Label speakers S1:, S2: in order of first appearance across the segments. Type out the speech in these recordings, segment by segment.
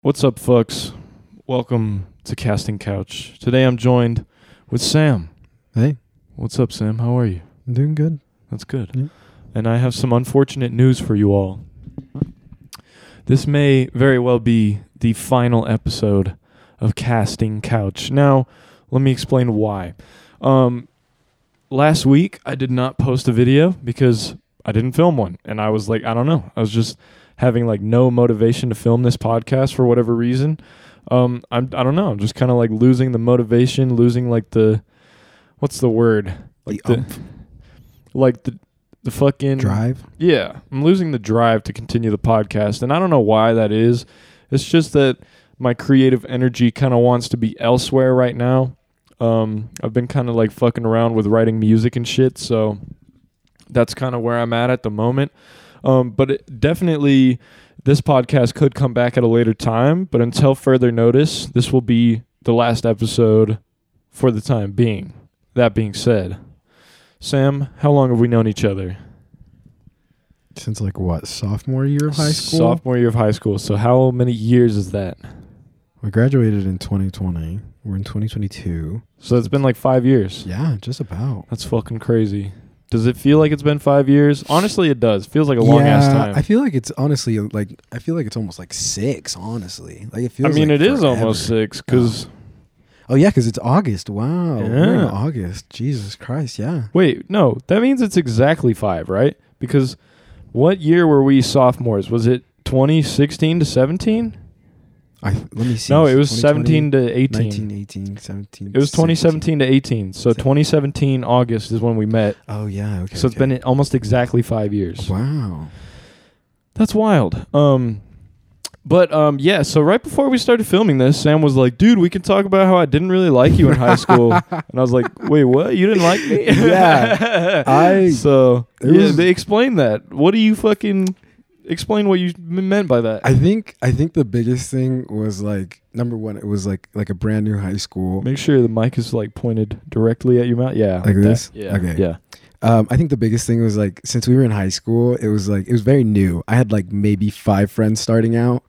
S1: What's up, folks? Welcome to Casting Couch. Today I'm joined with Sam.
S2: Hey,
S1: What's up, Sam? How are you?
S2: I'm doing good.
S1: That's good.
S2: Yeah.
S1: And I have some unfortunate news for you all. This may very well be the final episode of Casting Couch. Now, let me explain why. Um, last week, I did not post a video because I didn't film one. And I was like, I don't know. I was just having like no motivation to film this podcast for whatever reason. Um, I'm, I don't know. I'm just kind of like losing the motivation, losing like the, what's the word? Like
S2: the, um,
S1: the- like the the fucking
S2: drive.
S1: yeah i'm losing the drive to continue the podcast and i don't know why that is it's just that my creative energy kind of wants to be elsewhere right now um i've been kind of like fucking around with writing music and shit so that's kind of where i'm at at the moment um but it definitely this podcast could come back at a later time but until further notice this will be the last episode for the time being that being said sam how long have we known each other
S2: Since like what sophomore year of high school,
S1: Sophomore year of high school. So how many years is that?
S2: we graduated in 2020. We're in 2022.
S1: So it's been like five years.
S2: Yeah, just about
S1: That's fucking crazy. Does it feel like it's been five years? Honestly, it does. Feels like a long ass
S2: Yeah,
S1: time.
S2: I feel like it's honestly like I feel like it's almost like six. Honestly, like it
S1: I
S2: feels.
S1: mean,
S2: like
S1: it is
S2: forever.
S1: almost six because
S2: Oh yeah, because it's August. Wow, we're in
S1: Yeah.
S2: August. Jesus Christ. Yeah,
S1: wait, no, that means it's exactly five, right? Because what year were we sophomores? Was it 2016 to 17?
S2: I let me see.
S1: No, it was 17
S2: 2020,
S1: to 18.
S2: 19, 18, 17.
S1: It was
S2: 16.
S1: 2017 to 18. So 2017 August is when we met.
S2: Oh yeah. Okay.
S1: So it's
S2: okay.
S1: been almost exactly five years.
S2: Wow.
S1: That's wild. Um, but um, yeah. So right before we started filming this, Sam was like, "Dude, we can talk about how I didn't really like you in high school," and I was like, "Wait, what? You didn't like me?"
S2: Yeah. I-
S1: So
S2: It
S1: yeah,
S2: was-
S1: they explain that. What do you fucking explain? What you m- meant by that?
S2: I think I think the biggest thing was like number one, it was like like a brand new high school.
S1: Make sure the mic is like pointed directly at your mouth. Yeah,
S2: Like
S1: that.
S2: this?
S1: Yeah.
S2: Okay.
S1: Yeah.
S2: Um, I think the biggest thing was like since we were in high school, it was like it was very new. I had like maybe five friends starting out,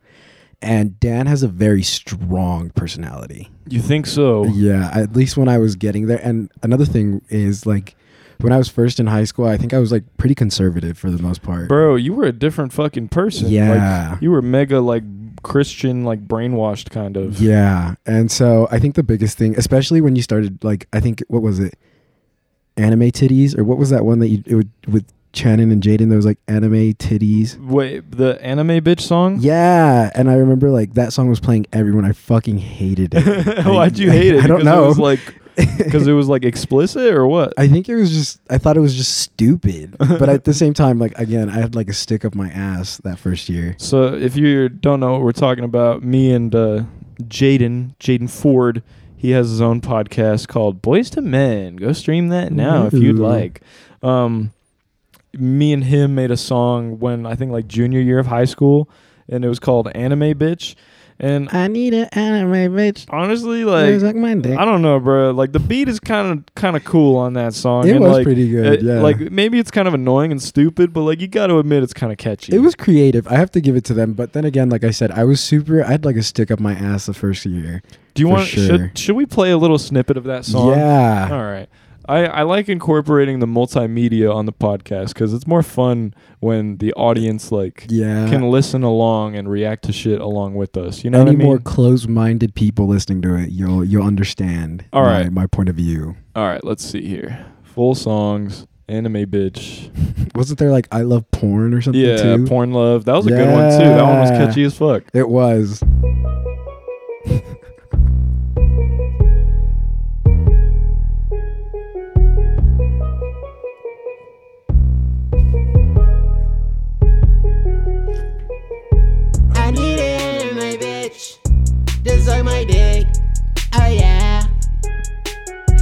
S2: and Dan has a very strong personality.
S1: You think so?
S2: Yeah, at least when I was getting there. And another thing is like when I was first in high school, I think I was like pretty conservative for the most part.
S1: Bro, you were a different fucking person.
S2: Yeah.
S1: Like, you were mega like Christian, like brainwashed kind of.
S2: Yeah. And so I think the biggest thing, especially when you started, like, I think, what was it? Anime titties? Or what was that one that you, it would, with Channon and Jaden, there was like anime titties?
S1: Wait, the anime bitch song?
S2: Yeah. And I remember, like, that song was playing everyone. I fucking hated it.
S1: Why'd you hate it?
S2: I don't
S1: Because It
S2: know.
S1: was like because it was like explicit or what?
S2: I think it was just, I thought it was just stupid. But at the same time, like, again, I had like a stick up my ass that first year.
S1: So if you don't know what we're talking about, me and uh, Jaden, Jaden Ford, he has his own podcast called Boys to Men. Go stream that now if you'd
S2: Ooh.
S1: like. Um, me and him made a song when I think like junior year of high school, and it was called Anime Bitch. And
S2: I need an anime bitch.
S1: honestly,
S2: It was
S1: like
S2: like my dick.
S1: I don't know, bro. Like the beat is kind of kind of cool on that song.
S2: It
S1: and,
S2: was
S1: like,
S2: pretty good.
S1: It-
S2: yeah.
S1: Uh, Like maybe it's kind of annoying and stupid, but like you got to admit it's kind of catchy.
S2: It was creative. I have to give it to them. But then again, like I said, I was super. I had like a stick up my ass the first year.
S1: Do you
S2: for
S1: want?
S2: sure.
S1: Should should we play a little snippet of that song?
S2: Yeah.
S1: All right. I, I like incorporating the multimedia on the podcast because it's more fun when the audience like
S2: Yeah.
S1: can listen along and react to shit along with us. You know
S2: Any
S1: what I mean?
S2: more closed-minded people listening to it, you'll you'll understand.
S1: All
S2: my,
S1: right.
S2: my point of view.
S1: All right. Let's see here. Full songs. Anime bitch.
S2: Wasn't there like I love porn or something?
S1: Yeah.
S2: too?
S1: Porn love. That was a good one too. That one was
S2: Yeah.
S1: catchy as fuck.
S2: It was.
S3: I need it in my bitch. This is my dick. Oh yeah.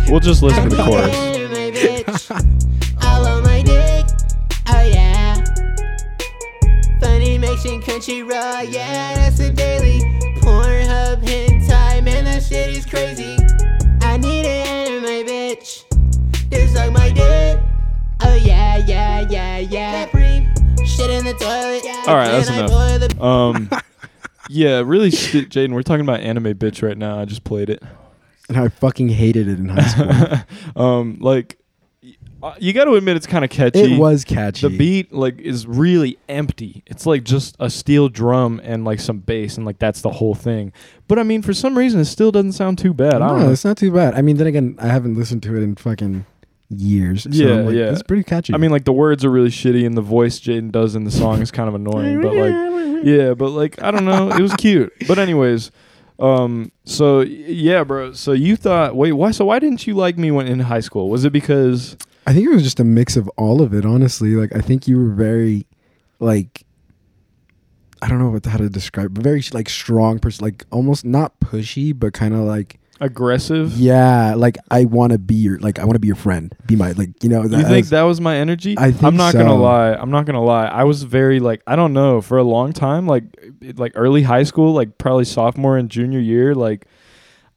S1: We'll just listen to the
S3: I need
S1: chorus.
S3: it in my bitch. I love my dick. Oh yeah. Funny Mexican country raw. Yeah, that's a daily. Pornhub hentai. Man, that shit is crazy. I need it in my bitch. This is my dick. Oh yeah, yeah, yeah, yeah. Shit in the toilet.
S1: All right, that's
S3: Then I
S1: enough.
S3: boil the
S1: Um, yeah, really, st- Jaden. We're talking about anime bitch right now. I just played it.
S2: and I fucking hated it in high school.
S1: um, like y- uh, you got to admit, it's kind of catchy.
S2: it was catchy.
S1: The beat like is really empty. It's like just a steel drum and like some bass and like that's the whole thing. But I mean, for some reason, it still doesn't sound too bad. I don't
S2: No,
S1: know.
S2: it's not too bad. I mean, then again, I haven't listened to it in fucking years. So
S1: Yeah,
S2: I'm like,
S1: yeah.
S2: It's pretty catchy.
S1: I mean, like the words are really shitty, and the voice Jaden does in the song is kind of annoying. But like, yeah, but like I don't know, it was cute. But anyways, um, so y- yeah, bro. So you thought, wait, why? So why didn't you like me when in high school? Was it because
S2: I think it was just a mix of all of it, honestly. Like, I think you were very, like, I don't know what how to describe, but very like strong person, like almost not pushy, but kind of like
S1: aggressive?
S2: yeah, like I want to be your, like I want to be your friend, be my, like you know.
S1: You think that was my energy?
S2: I think
S1: I'm not gonna
S2: so.
S1: lie. I'm not gonna lie. I was very like I don't know for a long time, like it- like early high school, like probably sophomore and junior year, like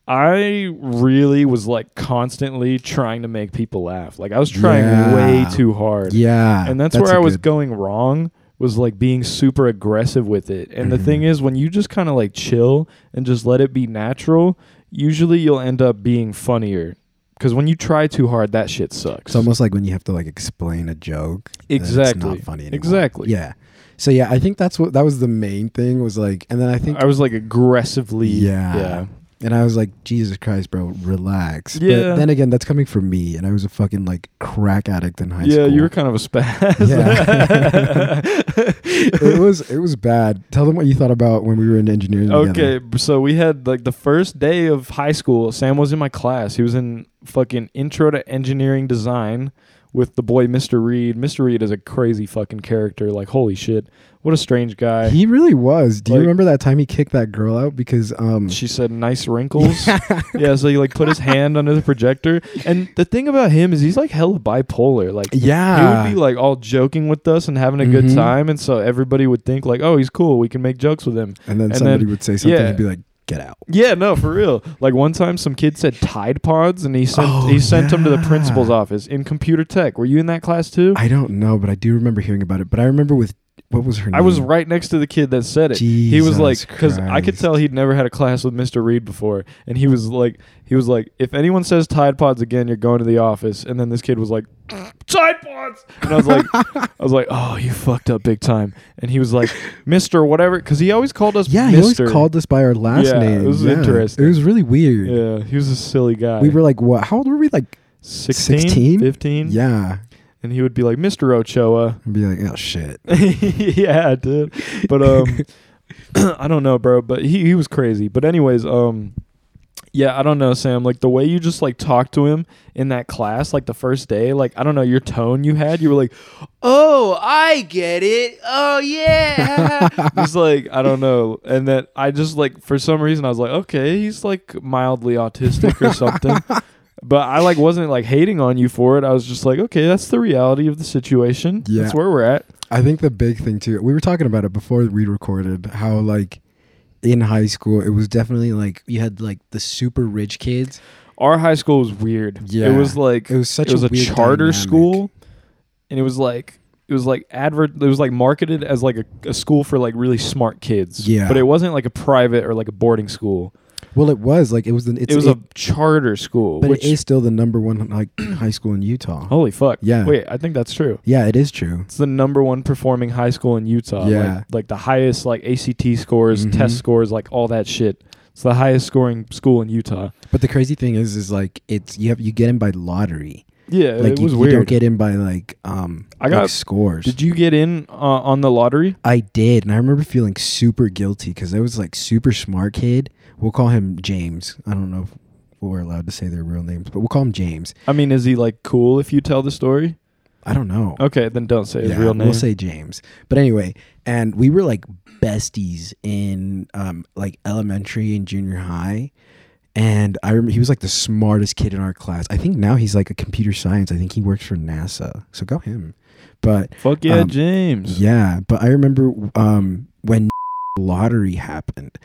S1: I really was like constantly trying to make people laugh. Like I was trying
S2: Yeah.
S1: way too hard.
S2: Yeah,
S1: and that's,
S2: a
S1: where I was
S2: good-
S1: going wrong was like being super aggressive with it. And
S2: Mm-hmm.
S1: the thing is, when you just kind of like chill and just let it be natural, usually you'll end up being funnier. Because when you try too hard, that shit sucks.
S2: It's almost like when you have to like explain a joke. then It's
S1: Exactly.
S2: not funny anymore.
S1: Exactly.
S2: Yeah. So yeah, I think that's what that was the main thing was like, and then I think
S1: I was like aggressively.
S2: yeah,
S1: Yeah.
S2: and I was like, Jesus Christ, bro, relax.
S1: Yeah.
S2: But then again, that's coming from me, and I was a fucking like crack addict in high
S1: yeah,
S2: school.
S1: you were kind of a spaz.
S2: it was it was bad. Tell them what you thought about when we were in engineering.
S1: okay,
S2: together.
S1: b- so we had like the first day of high school. Sam was in my class. He was in fucking intro to engineering design with the boy Mr. Reed. Mr. Reed is a crazy fucking character. Like, holy shit. What a strange guy.
S2: He really was. Do
S1: Like-
S2: you remember that time he kicked that girl out because um
S1: she said nice wrinkles. yeah, so he like put his hand under the projector. And the thing about him is he's like hella bipolar. Like
S2: yeah
S1: he would be like all joking with us and having a good
S2: Mhm.
S1: time and so everybody would think like oh he's cool we can make jokes with him
S2: and then
S1: and
S2: somebody
S1: then-
S2: would say something
S1: yeah.
S2: and be like get out.
S1: yeah no for real like one time some kid said tide pods and he sent
S2: Oh,
S1: he sent him to the
S2: yeah.
S1: principal's office in computer tech were you in that class too
S2: I don't know, but I do remember hearing about it. But I remember with what was her name?
S1: I was right next to the kid that said it. he was
S2: Mm. Jesus
S1: like, because I could
S2: Christ.
S1: tell he'd never had a class with Mr. Reed before, and he was like, he was like, if anyone says Tide Pods again, you're going to the office. And then this kid was like, Tide Pods, and I was like, I was like, oh, you fucked up big time. And he was like, Mister, whatever, because he always called us.
S2: Yeah,
S1: Mister.
S2: he always called us by our last
S1: Yeah, it
S2: name.
S1: was
S2: Yeah.
S1: interesting.
S2: It was really weird.
S1: Yeah, he was a silly guy.
S2: We were like, what? How old were we? Like,
S1: 16,
S2: 16?
S1: 15,
S2: yeah.
S1: and he would be like, Mister Ochoa.
S2: And be like, oh shit.
S1: yeah, dude. But um, I don't know, bro. But he he was crazy. But anyways, um, yeah, I don't know, Sam. Like the way you just like talked to him in that class, like the first day, like I don't know, your tone you had, you were like,
S3: Oh, I get it. Oh, yeah.
S1: just like I don't know, and that I just like for some reason I was like, okay, he's like mildly autistic or something. But I like wasn't like hating on you for it. I was just like, okay, that's the reality of the situation.
S2: Yeah.
S1: That's where we're at.
S2: I think the big thing too. We were talking about it before we recorded how like in high school it was definitely like you had like the super rich kids.
S1: Our high school was weird.
S2: Yeah.
S1: It was like
S2: It was such
S1: it was
S2: a,
S1: a,
S2: weird
S1: charter
S2: dynamic.
S1: school and it was like it was like advert it was like marketed as like a, a school for like really smart kids
S2: Yeah.
S1: but it wasn't like a private or like a boarding school
S2: Well, it was like it was. An, it's,
S1: it was
S2: it-
S1: a charter school
S2: but
S1: which Oh.
S2: it is still the number one like high school in Utah.
S1: holy fuck
S2: Yeah.
S1: wait i think that's true
S2: Yeah, it is true.
S1: it's the number one performing high school in utah
S2: Yeah.
S1: like, like the highest like act scores
S2: Mhm.
S1: test scores like all that shit it's the highest scoring school in utah
S2: But the crazy thing is, is like it's you have you get in by lottery.
S1: yeah
S2: like
S1: Uh, it
S2: you,
S1: was
S2: you
S1: weird
S2: don't get in by like um
S1: I got-
S2: like scores.
S1: did you get in uh, on the lottery
S2: I did, and I remember feeling super guilty because I was like super smart kid. We'll call him James. I don't know if we're allowed to say their real names, but we'll call him James.
S1: i mean is he like cool if you tell the story
S2: I don't know.
S1: okay then don't say his
S2: Yeah,
S1: real name
S2: We'll say James. But anyway, and we were like besties in um like elementary and junior high. And I remember he was like the smartest kid in our class. I think now he's like a computer science. I think he works for NASA. So go him. But
S1: Fuck yeah,
S2: Um,
S1: James.
S2: yeah, but I remember um when lottery happened.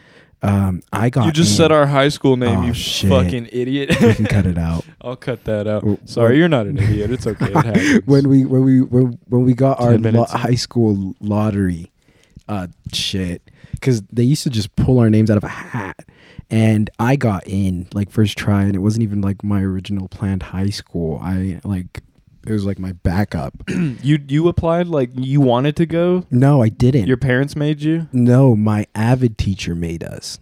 S2: Um I got
S1: You just
S2: in.
S1: said our high school name,
S2: Oh,
S1: you
S2: shit.
S1: fucking idiot.
S2: we can cut it out.
S1: I'll cut that out.
S2: W-
S1: Sorry,
S2: when-
S1: you're not an idiot. It's okay. It happens.
S2: when we when we when, when we got our
S1: Ten
S2: lo-
S1: minutes.
S2: high school lottery uh shit because they used to just pull our names out of a hat, and I got in like first try, and it wasn't even like my original planned high school. I like it was like my backup.
S1: You you applied like you wanted to go.
S2: no, I didn't.
S1: Your parents made you
S2: no, my avid teacher made us.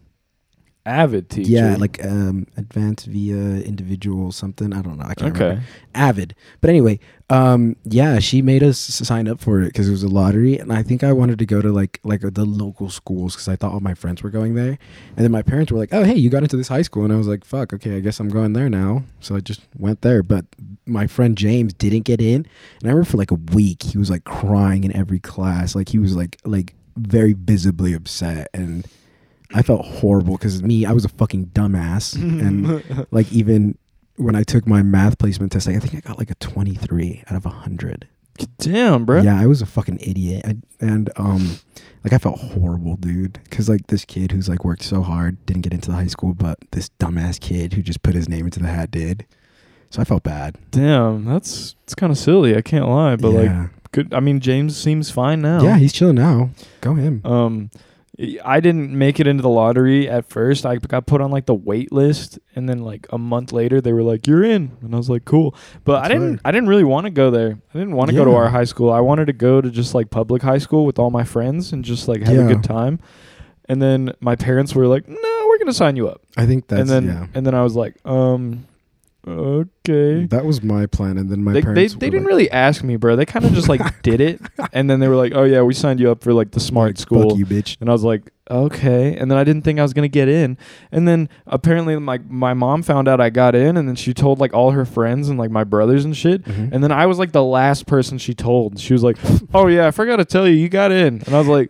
S1: avid teacher.
S2: Yeah, like um, advanced via individual something. I don't know. I can't
S1: okay.
S2: remember. Avid. But anyway, um, yeah, she made us s- sign up for it because it was a lottery, and I think I wanted to go to like like the local schools because I thought all my friends were going there, and then my parents were like, "Oh, hey, you got into this high school," and I was like, "Fuck, okay, I guess I'm going there now." So I just went there, but my friend James didn't get in, and I remember for like a week he was like crying in every class, like he was like like very visibly upset and. I felt horrible because me, I was a fucking dumbass, and like even when I took my math placement test, like, I think I got like a 23 out of 100.
S1: Damn, bro.
S2: Yeah, I was a fucking idiot. I, and um like I felt horrible, dude, cuz like this kid who's like worked so hard didn't get into the high school, but this dumbass kid who just put his name into the hat did. So I felt bad.
S1: Damn, that's it's kind of silly. I can't lie, but like,
S2: yeah.
S1: good. I mean, James seems fine now.
S2: Yeah, he's chilling now. Go him.
S1: Um, I didn't make it into the lottery at first. I got put on like the wait list, and then like a month later, they were like, "You're in," and I was like, "Cool." But I
S2: That's
S1: didn't.
S2: right.
S1: I didn't really want to go there. I didn't want to go to
S2: Yeah.
S1: our high school. I wanted to go to just like public high school with all my friends and just like have a
S2: Yeah.
S1: good time. And then my parents were like, "No, we're gonna sign you up."
S2: I think that's
S1: and then
S2: yeah.
S1: and then I was like, "Um, okay."
S2: That was my plan and then my
S1: they they,
S2: parents
S1: they didn't really ask me, bro. They kind of just like did it, and then they were like, "Oh yeah, we signed you up for like the smart school."
S2: Fuck you, bitch.
S1: And I was like, okay. And then I didn't think I was gonna get in. And then apparently my my mom found out I got in, and then she told like all her friends and like my brothers and shit.
S2: Mhm.
S1: And then I was like the last person she told. She was like, oh yeah, I forgot to tell you, you got in. And I was like,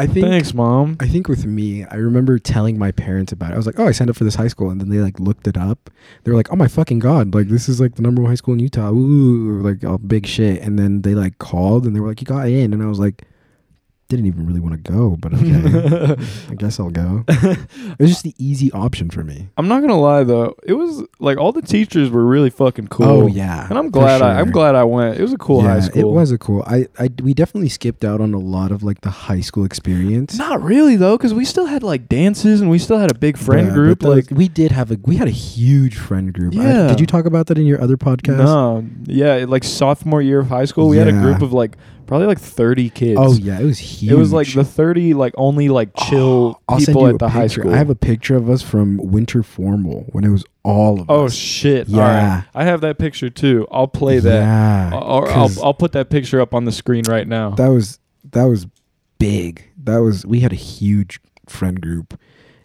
S2: I think
S1: thanks, mom.
S2: I think with me, I remember telling my parents about it. I was like, "Oh, I signed up for this high school," and then they like looked it up. They were like, "Oh my fucking god! Like this is like the number one high school in Utah. Ooh, like all big shit." And then they like called and they were like, "You got in," and I was like, "Didn't even really want to go, but okay, I guess I'll go." It was just the easy option for me.
S1: I'm not gonna lie though, it was like all the teachers were really fucking cool.
S2: Oh yeah,
S1: And I'm
S2: for
S1: glad I, I'm
S2: sure.
S1: glad I went. It was a cool high
S2: Yeah,
S1: school.
S2: It was a cool. I, I we definitely skipped out on a lot of like the high school experience.
S1: not really though, because we still had like dances and we still had a big friend
S2: Bruh, but
S1: group.
S2: those-
S1: Like
S2: we did have a we had a huge friend group. I-
S1: Yeah.
S2: did you talk about that in your other podcast?
S1: No, yeah, it- like sophomore year of high school, we had a
S2: Yeah.
S1: group of like probably like thirty kids.
S2: Oh yeah, it was huge.
S1: it was like the thirty like only like chill
S2: I'll send
S1: people
S2: you
S1: at
S2: a
S1: the high
S2: picture.
S1: school.
S2: I have a picture of us from winter formal when it was all of
S1: oh
S2: us.
S1: shit! All
S2: Yeah.
S1: right. I have that picture too. I'll play that. Uh,
S2: Yeah,
S1: Or oh, I'll,
S2: 'cause
S1: I'll put that picture up on the screen right now.
S2: that was that was big. That was we had a huge friend group.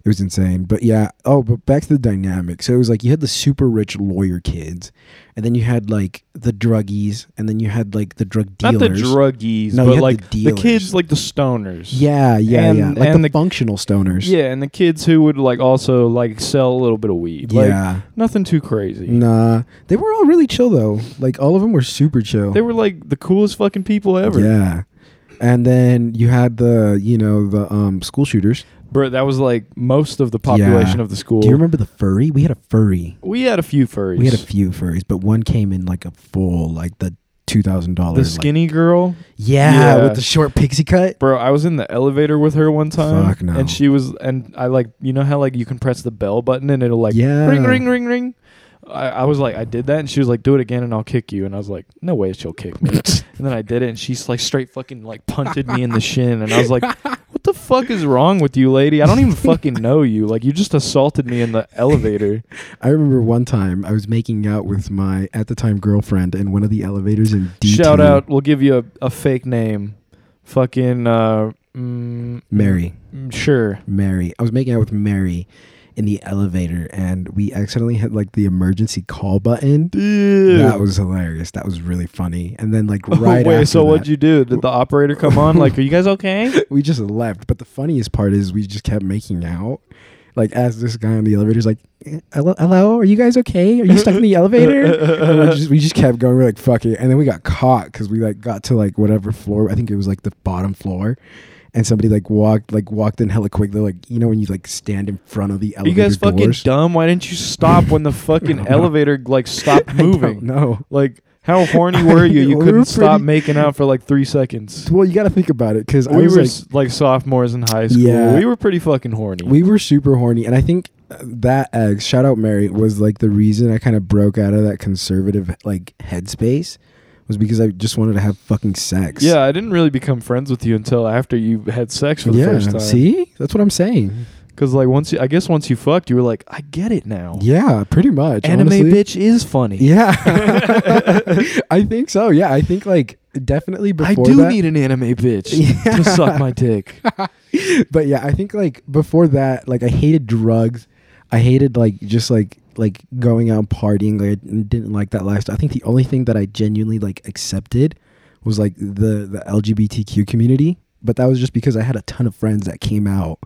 S2: It was insane. But yeah, oh, but back to the dynamic. So it was like you had the super rich lawyer kids, and then you had like the druggies, and then you had like the drug
S1: Not
S2: dealers.
S1: the druggies,
S2: No, you
S1: but
S2: had the
S1: like the,
S2: dealers.
S1: kids, like the stoners.
S2: yeah, yeah,
S1: and-
S2: yeah. Like
S1: and
S2: the,
S1: the-
S2: functional stoners.
S1: yeah, and the kids who would like also like sell a little bit of weed. Like
S2: yeah.
S1: nothing too crazy.
S2: Nah, they were all really chill though. Like all of them were super chill.
S1: They were like the coolest fucking people ever.
S2: Yeah. And then you had the, you know, the um, school shooters.
S1: Bro, that was like most of the population
S2: Yeah.
S1: of the school.
S2: Do you remember the furry? We had a furry.
S1: We had a few furries.
S2: We had a few furries, but one came in like a full, like the two thousand
S1: the
S2: dollars.
S1: skinny girl,
S2: yeah,
S1: Yeah.
S2: with the short pixie cut.
S1: bro. I was in the elevator with her one time,
S2: Fuck no.
S1: and she was, and I like, you know how like you can press the bell button and it'll like
S2: Yeah.
S1: ring, ring, ring, ring. I, I was like, I did that, and she was like, do it again, and I'll kick you. And I was like, no way, she'll kick me. and then I did it, and she's like, straight fucking like punted me in the shin, and I was like, what the fuck is wrong with you, lady? I don't even fucking know you. Like, you just assaulted me in the elevator.
S2: I remember one time I was making out with my at the time girlfriend in one of the elevators in D.
S1: Shout out, we'll give you a, a fake name, fucking uh, mm,
S2: Mary.
S1: mm, Sure.
S2: Mary. I was making out with Mary in the elevator, and we accidentally hit like the emergency call button.
S1: Dude.
S2: That was hilarious. That was really funny. And then like
S1: Oh,
S2: right
S1: wait,
S2: after
S1: so
S2: that,
S1: what'd you do? Did the operator come on? Like, are you guys okay?
S2: we just left. But the funniest part is we just kept making out. Like as this guy on the elevator is like, "Eh, hello, hello, are you guys okay? Are you stuck in the elevator? And we just we just kept going. We're like, fuck it. And then we got caught because we like got to like whatever floor. I think it was like the bottom floor. And somebody like walked like walked in hella quick. They're like, you know, when you like stand in front of the
S1: Are you
S2: elevator
S1: guys fucking
S2: doors?
S1: dumb? Why didn't you stop when the fucking
S2: don't know.
S1: elevator like stopped moving?
S2: No,
S1: Like, How horny were you? You
S2: We
S1: couldn't
S2: were
S1: stop
S2: pretty-
S1: making out for like three seconds.
S2: Well, you got to think about it because I
S1: We
S2: was
S1: were
S2: like,
S1: s- like sophomores in high school.
S2: Yeah.
S1: We were pretty fucking horny.
S2: we were super horny, and I think uh, that ex, shout out Mary, was like the reason I kind of broke out of that conservative like headspace was because I just wanted to have fucking sex.
S1: yeah, I didn't really become friends with you until after you had sex for the
S2: yeah.
S1: first time.
S2: See, that's what I'm saying.
S1: Because like once you, I guess once you fucked, you were like, I get it now.
S2: Yeah, pretty much.
S1: Anime
S2: honestly.
S1: bitch is funny.
S2: Yeah, I think so. Yeah, I think like definitely
S1: I
S2: before
S1: do
S2: that,
S1: need an anime bitch
S2: Yeah.
S1: to suck my dick.
S2: but yeah, I think like before that, like I hated drugs. I hated like just like like going out and partying. Like I didn't like that lifestyle. I think the only thing that I genuinely like accepted was like the the LGBTQ community. But that was just because I had a ton of friends that came out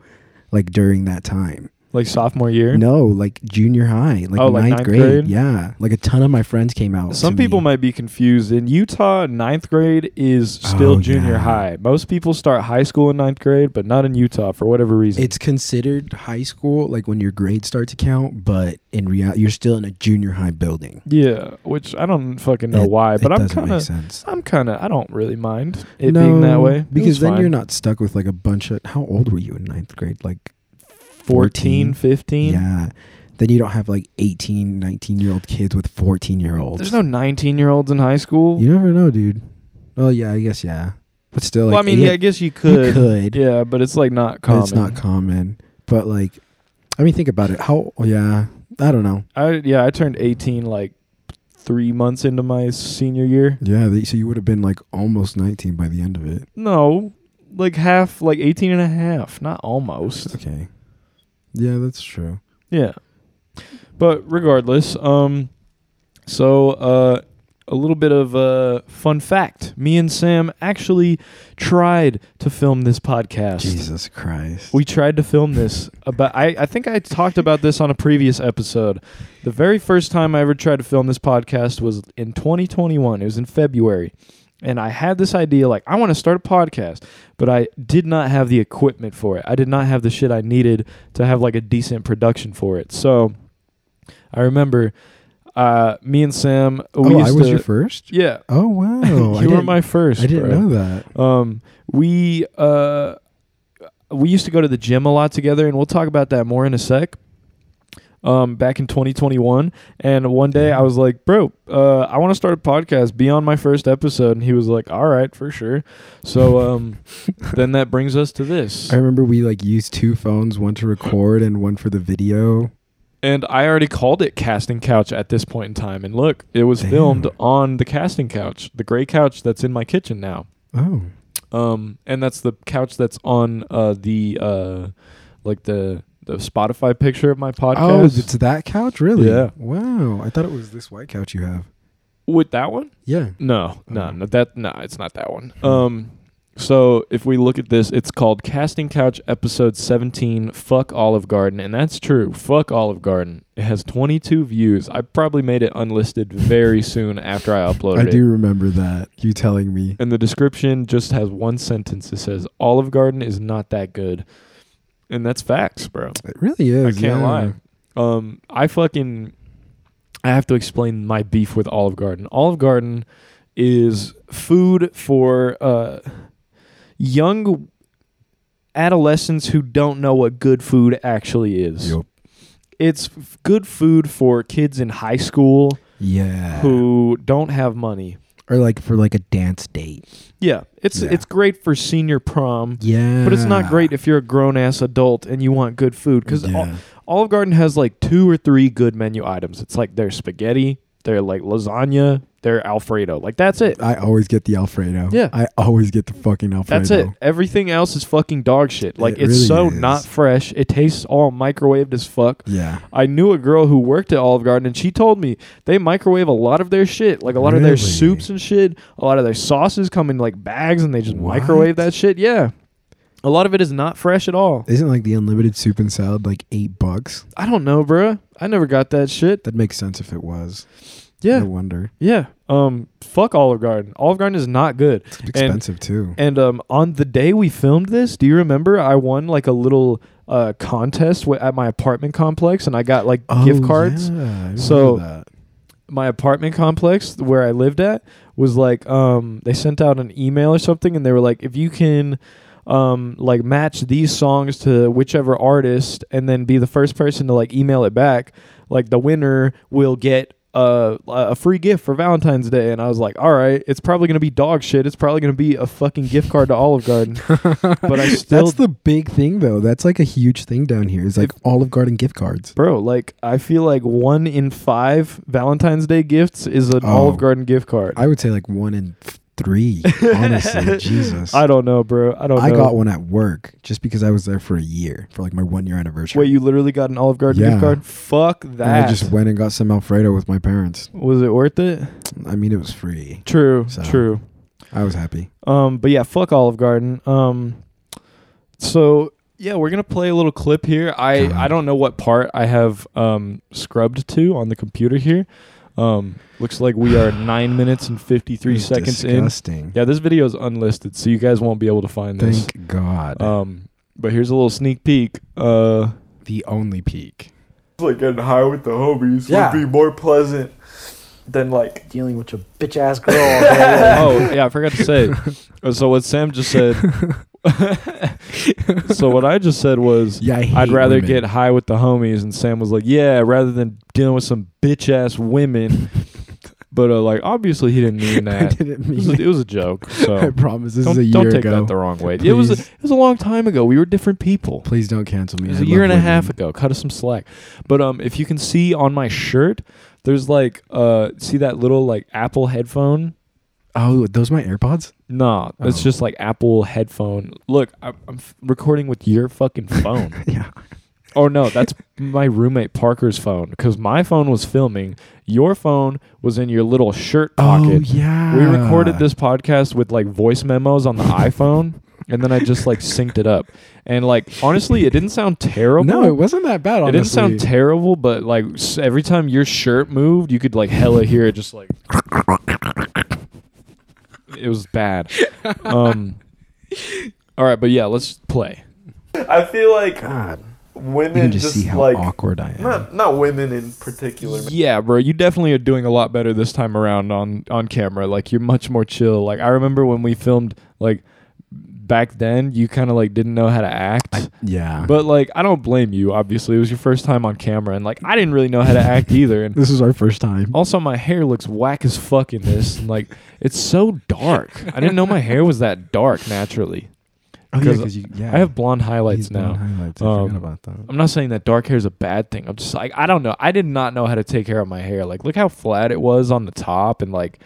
S2: like during that time.
S1: Like sophomore year.
S2: No, like junior high, like,
S1: Oh,
S2: ninth,
S1: like ninth
S2: grade.
S1: grade?
S2: Yeah, like a ton of my friends came out.
S1: Some
S2: to
S1: people
S2: me.
S1: might be confused. In Utah, ninth grade is still
S2: Oh,
S1: junior
S2: yeah.
S1: high. Most people start high school in ninth grade, but not in Utah for whatever reason.
S2: It's considered high school, like when your grades start to count, but in reality, you're still in a junior high building.
S1: yeah, which I don't fucking know
S2: It-
S1: why, but
S2: it
S1: I'm
S2: doesn't
S1: kind
S2: make
S1: of,
S2: sense.
S1: I'm kind of, I don't really mind it being that
S2: No,
S1: way It was
S2: because then
S1: fine.
S2: you're not stuck with like a bunch of. How old were you in ninth grade? Like
S1: 14, 15.
S2: Yeah. Then you don't have like 18, 19 year old kids with 14 year olds.
S1: There's no 19 year olds in high school.
S2: You never know, dude. Oh, yeah, I guess, yeah. But still, like,
S1: well, I mean,
S2: you-
S1: yeah, I guess you
S2: you
S1: could.
S2: could.
S1: Yeah, but it's like not
S2: but
S1: common.
S2: It's not common. But like, I mean, think about it. How, yeah, I don't know.
S1: I yeah, I turned 18 like three months into my senior year.
S2: Yeah, they, so you would have been like almost 19 by the end of it.
S1: No, like half, like 18 and a half, not almost.
S2: Okay. Yeah, that's true.
S1: Yeah. But regardless, um so uh a little bit of a fun fact. Me and Sam actually tried to film this podcast.
S2: Jesus Christ.
S1: We tried to film this about I, I think I talked about this on a previous episode. The very first time I ever tried to film this podcast was in 2021. It was in February. And I had this idea like I want to start a podcast, but I did not have the equipment for it. I did not have the shit I needed to have like a decent production for it. So I remember uh, me and Sam we
S2: oh,
S1: used
S2: I was
S1: to
S2: your first?
S1: Yeah.
S2: Oh, wow. I
S1: you were
S2: didn't-
S1: my first.
S2: I didn't
S1: bro.
S2: know that.
S1: Um, we uh, we used to go to the gym a lot together, and we'll talk about that more in a sec. Um, back in 2021, and one day I was like, "Bro, uh, I want to start a podcast. Be on my first episode." And he was like, "All right, for sure." So um, then that brings us to this,
S2: I remember we like used two phones, one to record and one for the video.
S1: and I already called it casting couch at this point in time. And look, it was
S2: Damn.
S1: filmed on the casting couch, the gray couch that's in my kitchen now.
S2: Oh,
S1: Um, and that's the couch that's on uh the uh like the the Spotify picture of my
S2: oh,
S1: podcast.
S2: it's that couch, really?
S1: Yeah.
S2: Wow, I thought it was this white couch you have.
S1: with that one?
S2: Yeah.
S1: No, no,
S2: Oh.
S1: no, that no, it's not that one. Um, so if we look at this, it's called Casting Couch Episode 17. Fuck Olive Garden, and that's true. Fuck Olive Garden. It has 22 views. I probably made it unlisted very soon after I uploaded
S2: I
S1: it.
S2: do remember that. You telling me.
S1: And the description just has one sentence that says Olive Garden is not that good, and that's facts, bro.
S2: It really is.
S1: I can't
S2: yeah.
S1: lie. Um, I fucking I have to explain my beef with Olive Garden. Olive Garden is food for uh, young adolescents who don't know what good food actually is.
S2: Yup.
S1: It's f- good food for kids in high school
S2: Yeah.
S1: who don't have money.
S2: Or like for like a dance date.
S1: Yeah, it's
S2: Yeah.
S1: it's great for senior prom.
S2: Yeah.
S1: But it's not great if you're a grown ass adult and you want good food because
S2: Yeah.
S1: Olive Garden has like two or three good menu items. It's like their spaghetti, their like lasagna, their Alfredo. Like that's it.
S2: I always get the Alfredo.
S1: Yeah.
S2: I always get the fucking Alfredo.
S1: That's it. Everything else is fucking dog shit. Like
S2: It
S1: it's
S2: really
S1: so
S2: is.
S1: not fresh. It tastes all microwaved as fuck.
S2: Yeah.
S1: I knew a girl who worked at Olive Garden and she told me they microwave a lot of their shit. Like a lot of their
S2: Really?
S1: soups and shit, a lot of their sauces come in like bags and they just
S2: What?
S1: microwave that shit. Yeah. A lot of it is not fresh at all.
S2: Isn't like the unlimited soup and salad like eight bucks?
S1: I don't know, bruh. I never got that shit.
S2: That makes sense if it was.
S1: Yeah.
S2: No wonder.
S1: Yeah. Um. Fuck Olive Garden. Olive Garden is not good.
S2: It's expensive too.
S1: And um, on the day we filmed this, do you remember I won like a little uh
S2: Oh,
S1: contest w- at my apartment complex, and I got like gift cards.
S2: Yeah, I remember
S1: So-
S2: that.
S1: my apartment complex where I lived at was like um they sent out an email or something and they were like if you can um like match these songs to whichever artist and then be the first person to like email it back like the winner will get a a free gift for Valentine's Day and I was like all right it's probably going to be dog shit it's probably going to be a fucking gift card to Olive Garden but I still
S2: That's the big thing, though. That's like a huge thing down here. Is like Olive Garden gift cards.
S1: Bro, like I feel like one in five Valentine's Day gifts is an
S2: Oh.
S1: Olive Garden gift card.
S2: I would say like one in th- three. Honestly, Jesus.
S1: I don't know, bro. I don't
S2: I
S1: know.
S2: got one at work just because I was there for a year for like my one year anniversary.
S1: Wait, you literally got an Olive Garden gift
S2: Yeah.
S1: card? Fuck
S2: and I
S1: that.
S2: just went and got some Alfredo with my parents.
S1: Was it worth it?
S2: I mean, it was free.
S1: True.
S2: So.
S1: True.
S2: I was happy.
S1: Um, but yeah, fuck Olive Garden. Um, so yeah, we're gonna play a little clip here. I
S2: God.
S1: I don't know what part I have um scrubbed to on the computer here. Um, looks like we are nine minutes and fifty three seconds in.
S2: Disgusting.
S1: Yeah, this video is unlisted, so you guys won't be able to find this.
S2: Thank God.
S1: Um, but here's a little sneak peek. Uh,
S2: the only peak.
S1: like getting high with the homies
S4: Yeah.
S1: would be more pleasant than like.
S4: dealing with your bitch ass girl. all day.
S1: oh yeah, I forgot to say. Uh, So what Sam just said. so what I just said was.
S2: Yeah, I hate
S1: I'd rather
S2: women.
S1: get high with the homies, and Sam was like, "Yeah, rather than dealing with some bitch ass women." but uh, like, obviously, he didn't mean
S2: I
S1: that.
S2: didn't
S1: It was,
S2: mean
S1: a,
S2: it.
S1: it was a joke.
S2: I
S1: So
S2: promise. This
S1: don't,
S2: is a year
S1: don't take
S2: ago.
S1: that the wrong way. It was a,
S2: Please.
S1: it was a long time ago. We were different people.
S2: Please don't cancel me.
S1: It was
S2: I
S1: a year
S2: love
S1: and a half
S2: women.
S1: ago. Cut us some slack. But um, if you can see on my shirt, there's like uh, see that little like Apple headphone.
S2: Oh, those my AirPods?
S1: Nah, it's
S2: Oh.
S1: just like Apple headphone. Look, I, I'm f- recording with your fucking phone.
S2: Yeah.
S1: oh no, that's my roommate Parker's phone because my phone was filming. Your phone was in your little shirt
S2: Oh
S1: pocket.
S2: yeah.
S1: We recorded this podcast with like voice memos on the iPhone, and then I just like synced it up. And like honestly, it didn't sound terrible.
S2: No, it wasn't that
S1: It
S2: bad. Honestly.
S1: didn't sound terrible, but like s- every time your shirt moved, you could like hella hear it just like. it was bad. Um, all right, but yeah, let's play.
S5: I feel like
S2: God, you
S5: women
S2: can
S5: just,
S2: just, see how
S5: like
S2: awkward I am.
S5: not not women in particular. man.
S1: Yeah, bro, you definitely are doing a lot better this time around on on camera. Like you're much more chill. Like I remember when we filmed like back then, you kind of like didn't know how to act.
S2: yeah,
S1: but like I don't blame you. Obviously, it was your first time on camera, and like I didn't really know how to act either. And
S2: this is our first time.
S1: Also, my hair looks whack as fuck in this. And like, it's so dark. I didn't know my hair was that dark naturally.
S2: Oh, yeah,
S1: 'cause
S2: you, yeah.
S1: I have blonde highlights
S2: He's
S1: now.
S2: done Highlights. I
S1: Um,
S2: forgot about that.
S1: I'm not saying that dark hair is a bad thing. I'm just like, I don't know. I did not know how to take care of my hair. Like, look how flat it was on the top, and like,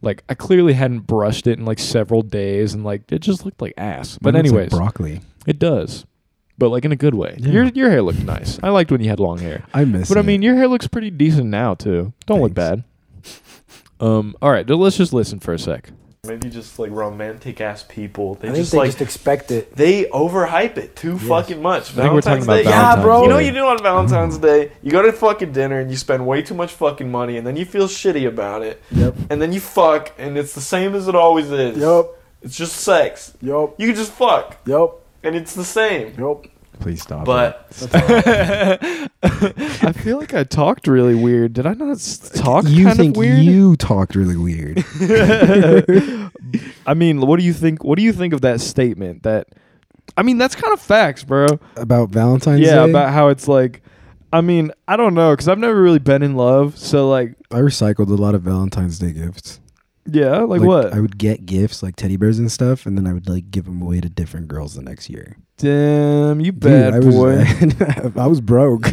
S1: like I clearly hadn't brushed it in like several days, and like it just looked like ass. But
S2: Mine looks like
S1: anyways,
S2: broccoli.
S1: it does. But like in a good way.
S2: Yeah.
S1: Your your hair looked nice. I liked when you had long hair.
S2: I miss.
S1: But I
S2: it.
S1: mean, your hair looks pretty decent now too. Don't look bad.
S2: Thanks.
S1: Um. All right. Let's just listen for a sec.
S5: Maybe just like romantic ass people. They
S4: I think
S5: just
S4: they
S5: like
S4: just expect it.
S5: they overhype it too fucking much.
S1: I think we're talking
S5: Valentine's
S1: about
S5: Day.
S4: Yeah,
S1: Valentine's
S4: bro.
S1: Day.
S5: You know what you do on Valentine's
S6: Mm.
S5: Day? You go to fucking dinner and you spend way too much fucking money and then you feel shitty about it.
S4: Yep.
S5: And then you fuck and it's the same as it always is.
S4: Yup.
S5: It's just sex.
S4: Yup.
S5: You can just fuck
S4: Yup.
S5: and it's the same.
S4: Yup.
S2: please stop.
S5: But
S1: I feel like I talked really weird. Did I not s- talk
S2: it. you
S1: kind
S2: think
S1: of weird?
S2: you talked really weird?
S1: I mean, what do you think? What do you think of that statement? That I mean, that's kind of facts, bro.
S2: about Valentine's
S1: Yeah,
S2: Day.
S1: about how it's like. I mean, I don't know because I've never really been in love. So like,
S2: I recycled a lot of Valentine's Day gifts.
S1: yeah, like, what?
S2: I would get gifts like teddy bears and stuff, and then I would like give them away to different girls the next year.
S1: Damn, you
S2: Dude,
S1: bad
S2: I was,
S1: boy.
S2: I was broke.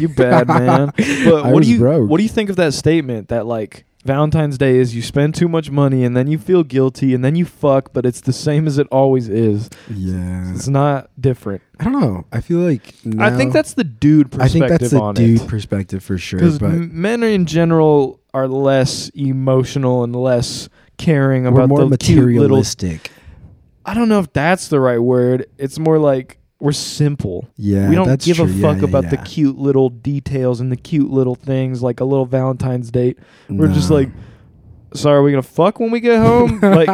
S1: you bad man. But
S2: I
S1: what
S2: was
S1: do you
S2: broke.
S1: what do you think of that statement that like Valentine's Day is you spend too much money and then you feel guilty and then you fuck, but it's the same as it always is.
S2: yeah,
S1: It's not different.
S2: I don't know. I feel like
S1: I think
S2: now-
S1: that's the dude
S2: I
S1: perspective
S2: think that's the
S1: on
S2: dude
S1: it.
S2: perspective for sure.
S1: Because
S2: But
S1: men are in general are less emotional and less caring
S2: we're
S1: about
S2: more
S1: the cute little.
S2: materialistic.
S1: I don't know if that's the right word. It's more like we're simple.
S2: Yeah,
S1: we don't
S2: that's
S1: give a
S2: true. Yeah,
S1: fuck
S2: yeah,
S1: about the
S2: yeah.
S1: cute little details and the cute little things like a little Valentine's date. We're just
S2: No.
S1: like
S5: so are we gonna fuck when we get home? like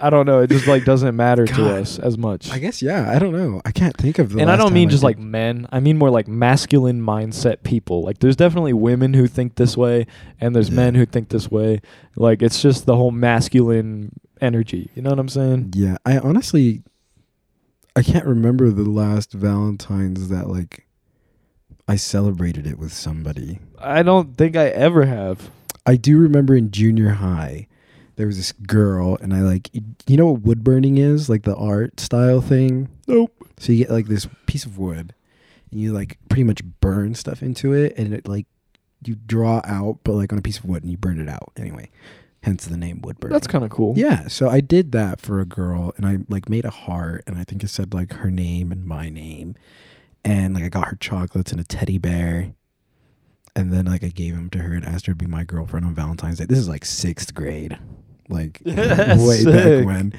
S5: I don't know. It just like doesn't matter to
S2: God.
S5: us as much.
S2: I guess yeah. I don't know. I can't think of the.
S5: and I
S2: last
S5: don't
S2: time
S5: mean just
S2: did-
S5: like men. I mean more like masculine mindset people. Like there's definitely women who think this way, and there's
S2: Yeah.
S5: men who think this way. Like it's just the whole masculine energy. You know what I'm saying?
S2: Yeah, I honestly, I can't remember the last Valentine's that like I celebrated it with somebody.
S5: I don't think I ever have.
S2: I do remember in junior high, there was this girl, and I like, you know what wood burning is, like the art style thing.
S5: Nope.
S2: So you get like this piece of wood, and you like pretty much burn stuff into it, and it like you draw out, but like on a piece of wood, and you burn it out anyway. Hence the name wood burning.
S5: That's kind of cool.
S2: Yeah, so I did that for a girl, and I like made a heart, and I think I said like her name and my name, and like I got her chocolates and a teddy bear, and then like I gave them to her and asked her to be my girlfriend on Valentine's Day. This is like sixth grade, like
S5: Yeah,
S2: way
S5: sick.
S2: back when,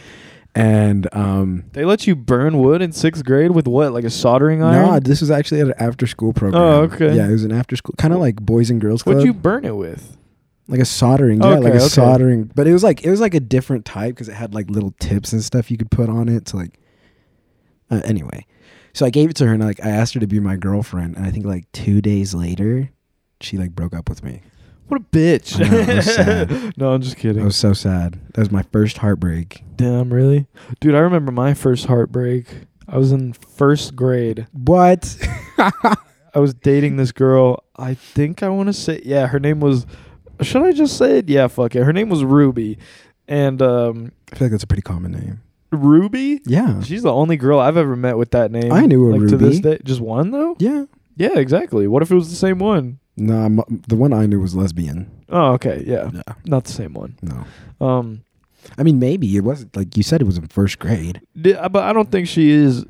S2: and um.
S5: They let you burn wood in sixth grade with what, like a soldering iron?
S2: No, this was actually at an after school program.
S5: Oh, okay.
S2: Yeah, it was an after school, kind of like boys and girls club.
S5: What'd you burn it with?
S2: like a soldering yeah
S5: Okay,
S2: like a
S5: okay.
S2: soldering but it was like it was like a different type because it had like little tips and stuff you could put on it to like uh, anyway so i gave it to her and like i asked her to be my girlfriend and i think like two days later she like broke up with me
S5: What a bitch.
S2: I know, it was sad.
S5: no, I'm just
S2: i
S5: kidding.
S2: was so sad that was my first heartbreak
S5: Oh, Damn, really? Dude, I remember my first heartbreak. I was in first grade.
S2: what
S5: I was dating this girl. I think I want to say, yeah, her name was, should I just say it? Yeah, fuck it. Her name was Ruby. And um,
S2: i feel like that's a pretty common name
S5: Ruby?
S2: yeah
S5: She's the only girl I've ever met with that name.
S2: I knew a
S5: like, To this
S2: Ruby.
S5: day. Just one, though?
S2: yeah
S5: Yeah, exactly. What if it was the same one?
S2: no I'm, the one i knew was lesbian
S5: Oh, okay. Yeah.
S2: yeah
S5: Not the same one.
S2: no
S5: Um,
S2: i mean maybe it wasn't like you said it was in first grade
S5: Di- uh, but I don't think she is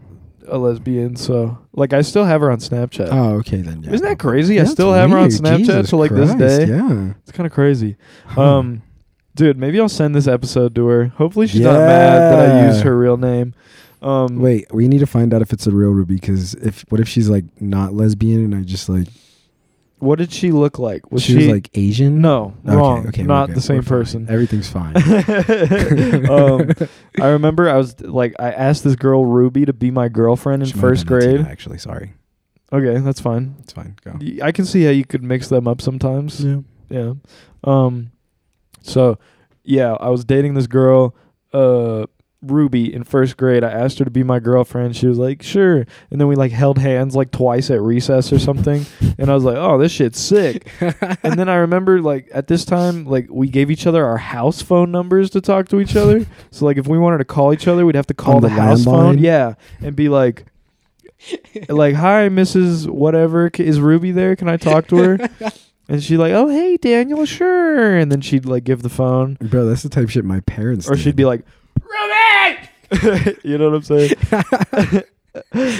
S5: a lesbian. So, like, I still have her on Snapchat.
S2: oh okay then yeah
S5: Isn't that crazy? I
S2: That's
S5: still have her on
S2: weird.
S5: Snapchat
S2: Jesus
S5: till, like, this
S2: Christ,
S5: day.
S2: yeah
S5: It's kind of crazy.
S2: Huh.
S5: Um, dude, maybe I'll send this episode to her. Hopefully, she's not mad that I
S2: Yeah.
S5: used her real name. Um,
S2: Wait, we need to find out if it's a real Ruby because if what if she's like not lesbian and I just like
S5: what did she look like? Was
S2: she,
S5: she,
S2: was like Asian?
S5: no
S2: Okay,
S5: wrong?
S2: okay, we're
S5: not
S2: good.
S5: the
S2: We're
S5: same
S2: fine.
S5: person.
S2: Everything's fine.
S5: um, I remember I was like, I asked this girl Ruby to be my girlfriend in
S2: She might have
S5: first
S2: been Latina,
S5: grade.
S2: actually, sorry,
S5: Okay, that's fine.
S2: it's fine. Go.
S5: Y- I can see how you could mix them up sometimes. Yeah. Um so yeah, I was dating this girl, uh Ruby in first grade. I asked her to be my girlfriend. She was like, "Sure." And then we like held hands like twice at recess or something. and I was like, "Oh, this shit's sick." and then I remember like at this time like we gave each other our house phone numbers to talk to each other. so like if we wanted to call each other, we'd have to call
S2: On
S5: the,
S2: the
S5: house phone.
S2: landline?
S5: Yeah. And be like like, "Hi, Mrs. whatever, c- is Ruby there? Can I talk to her?" And she like, oh hey Daniel, sure. And then she'd like give the phone,
S2: Bro, that's the type of shit my parents.
S5: or
S2: did.
S5: she'd be like, Ruby. you know what I'm saying?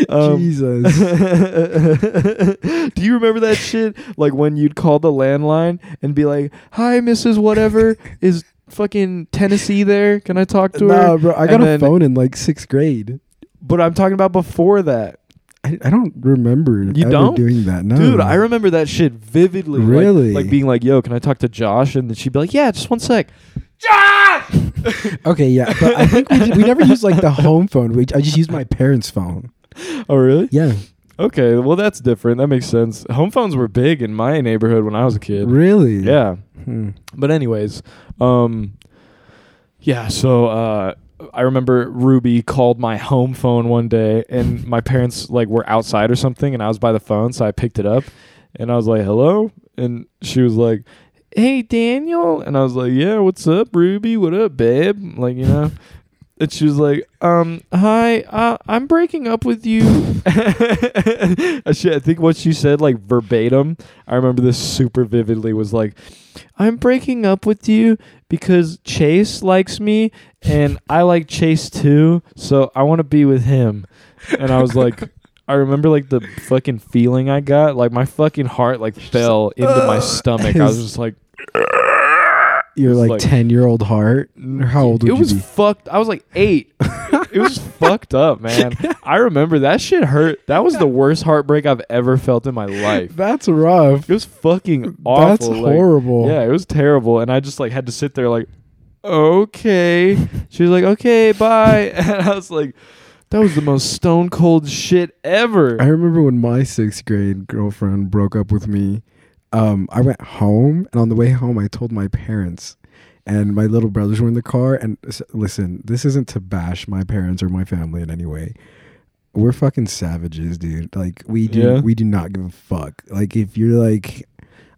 S5: Um,
S2: Jesus.
S5: Do you remember that shit? Like when you'd call the landline and be like, "Hi, Mrs. Whatever, is fucking Tennessee there? Can I talk to
S2: no,
S5: her?"
S2: bro, I
S5: and
S2: got a
S5: then-
S2: phone in like sixth grade.
S5: But I'm talking about before that,
S2: I, I don't remember
S5: You
S2: ever
S5: don't?
S2: doing that. No,
S5: dude. I remember that shit vividly. like-
S2: Hmm. Really?
S5: Like, being like, "Yo, can I talk to Josh?" And then she'd be like, "Yeah, just one sec."
S2: Okay, yeah, but I think we, did, we never used like the home phone. We, I just used my parents' phone.
S5: Oh really?
S2: Yeah,
S5: Okay, well that's different. That makes sense. Home phones were big in my neighborhood when I was a kid.
S2: really.
S5: Yeah.
S2: Hmm.
S5: But anyways, um yeah, so uh I remember Ruby called my home phone one day and my parents like were outside or something and I was by the phone, so I picked it up and I was like, "Hello?" And she was like, "Hey, Daniel." And I was like, "Yeah, what's up, Ruby? What up, babe?" Like, you know. And she was like, um, hi, uh, I'm breaking up with you. Actually, I think what she said, like verbatim, I remember this super vividly, was like, I'm breaking up with you because Chase likes me and I like Chase too, so I want to be with him. And I was like, I remember like the fucking feeling I got, like my fucking heart like fell into my stomach. I was just like,
S2: Your
S5: It's
S2: like
S5: like-
S2: ten year old heart. Or How old would
S5: it
S2: you
S5: was
S2: be?
S5: fucked. I was like eight. it was fucked up, man. I remember that shit hurt. That was the worst heartbreak I've ever felt in my life.
S2: That's rough.
S5: It was fucking awful.
S2: That's
S5: like-
S2: horrible.
S5: Yeah, it was terrible, and I just like had to sit there like, okay. She was like, okay, bye, and I was like, that was the most stone cold shit ever.
S2: I remember when my sixth grade girlfriend broke up with me. Um, I went home, and on the way home, I told my parents, and my little brothers were in the car. And s- listen, this isn't to bash my parents or my family in any way. We're fucking savages, dude. Like we do,
S5: Yeah.
S2: we do not give a fuck. Like if you're like,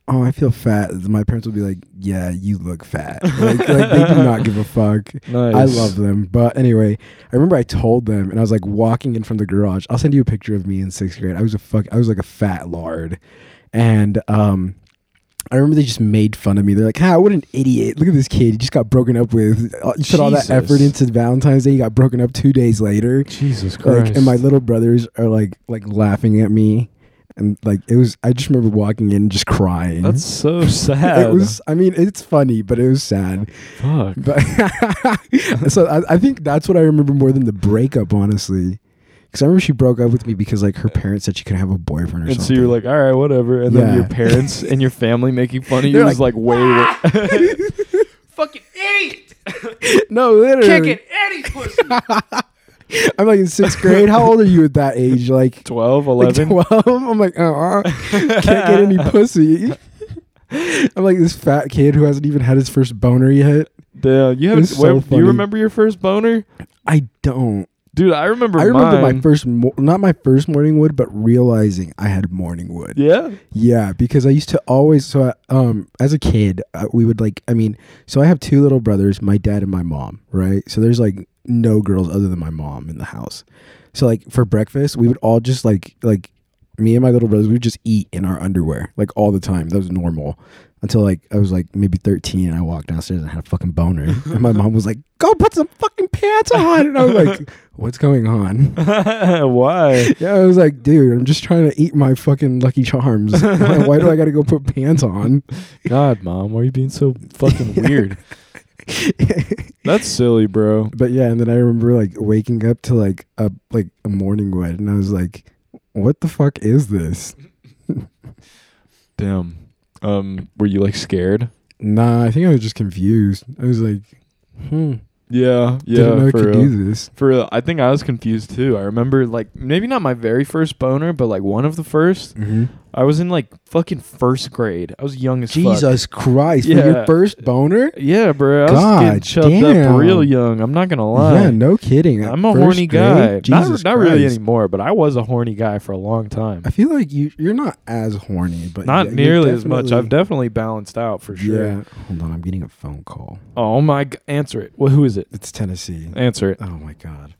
S2: oh, I feel fat, my parents will be like, yeah, you look fat. Like, like they do not give a fuck.
S5: nice.
S2: I love them. But anyway, I remember I told them, and I was like walking in from the garage. I'll send you a picture of me in sixth grade. I was a fuck. I was like a fat lard, and um, I remember they just made fun of me. They're like, "Ha, what an idiot! Look at this kid. He just got broken up with. Uh, You put all that
S5: Jesus.
S2: effort into Valentine's Day. You got broken up two days later.
S5: Jesus Christ.
S2: Like, and my little brothers are like, like laughing at me." And like it was, I just remember walking in and just crying.
S5: That's so sad.
S2: it was. I mean, it's funny, but it was sad.
S5: Fuck.
S2: But so I, I think that's what I remember more than the breakup, honestly. Because I remember she broke up with me because like her parents said she couldn't have a boyfriend or
S5: And so
S2: something.
S5: you're like, all right, whatever. And
S2: Yeah.
S5: then your parents and your family making fun of you
S2: They're
S5: was like, way wait.
S7: fucking idiot.
S2: no, literally.
S7: Kicking any pussy.
S2: I'm like in sixth grade. How old are you at that age? Like
S5: 12,
S2: like
S5: 11.
S2: twelve. I'm like, uh, uh can't get any pussy. I'm like this fat kid who hasn't even had his first boner yet.
S5: Damn, you haven't.
S2: It's so
S5: wait, do
S2: funny.
S5: you remember your first boner,
S2: I don't.
S5: dude? I remember.
S2: I remember
S5: mine.
S2: my first, mo- not my first morning wood, but realizing I had morning wood.
S5: Yeah.
S2: Yeah, because I used to always so I, um as a kid uh, we would like I mean so I have two little brothers, my dad and my mom, right? So there's like no girls other than my mom in the house. So like for breakfast we would all just like like me and my little brothers we would just eat in our underwear like all the time. That was normal until like I was like maybe 13 and I walked downstairs and I had a fucking boner and my mom was like go put some fucking pants on and I was like what's going on?
S5: Why?
S2: Yeah, I was like, dude, I'm just trying to eat my fucking Lucky Charms. Why, why do I got to go put pants on?
S5: God, mom, why are you being so fucking weird? That's silly, bro.
S2: But yeah, and then I remember like waking up to like a like a morning wood, and I was like, what the fuck is this?
S5: Damn. Um, were you like scared?
S2: Nah, I think I was just confused. I was like, hmm,
S5: Yeah. Yeah.
S2: didn't know I
S5: for
S2: could
S5: real.
S2: do this.
S5: For real, I think I was confused too. I remember like maybe not my very first boner, but like one of the first.
S2: Mm-hmm.
S5: I was in like fucking first grade. I was young as fuck.
S2: Jesus Christ! For
S5: Yeah.
S2: your first boner?
S5: Yeah, bro. I was
S2: God
S5: getting chubbed
S2: damn.
S5: up real young. I'm not gonna lie.
S2: Yeah, no kidding. At
S5: I'm a
S2: first
S5: horny guy.
S2: grade?
S5: Not,
S2: Jesus
S5: not really
S2: Christ.
S5: anymore, but I was a horny guy for a long time.
S2: I feel like you you're not as horny, but
S5: Not
S2: yeah, you're
S5: nearly as much.
S2: definitely-
S5: I've definitely balanced out for sure.
S2: Yeah. Hold on, I'm getting a phone call.
S5: Oh my! g- Answer it. Well, who is it?
S2: It's Tennessee.
S5: Answer it.
S2: Oh my god.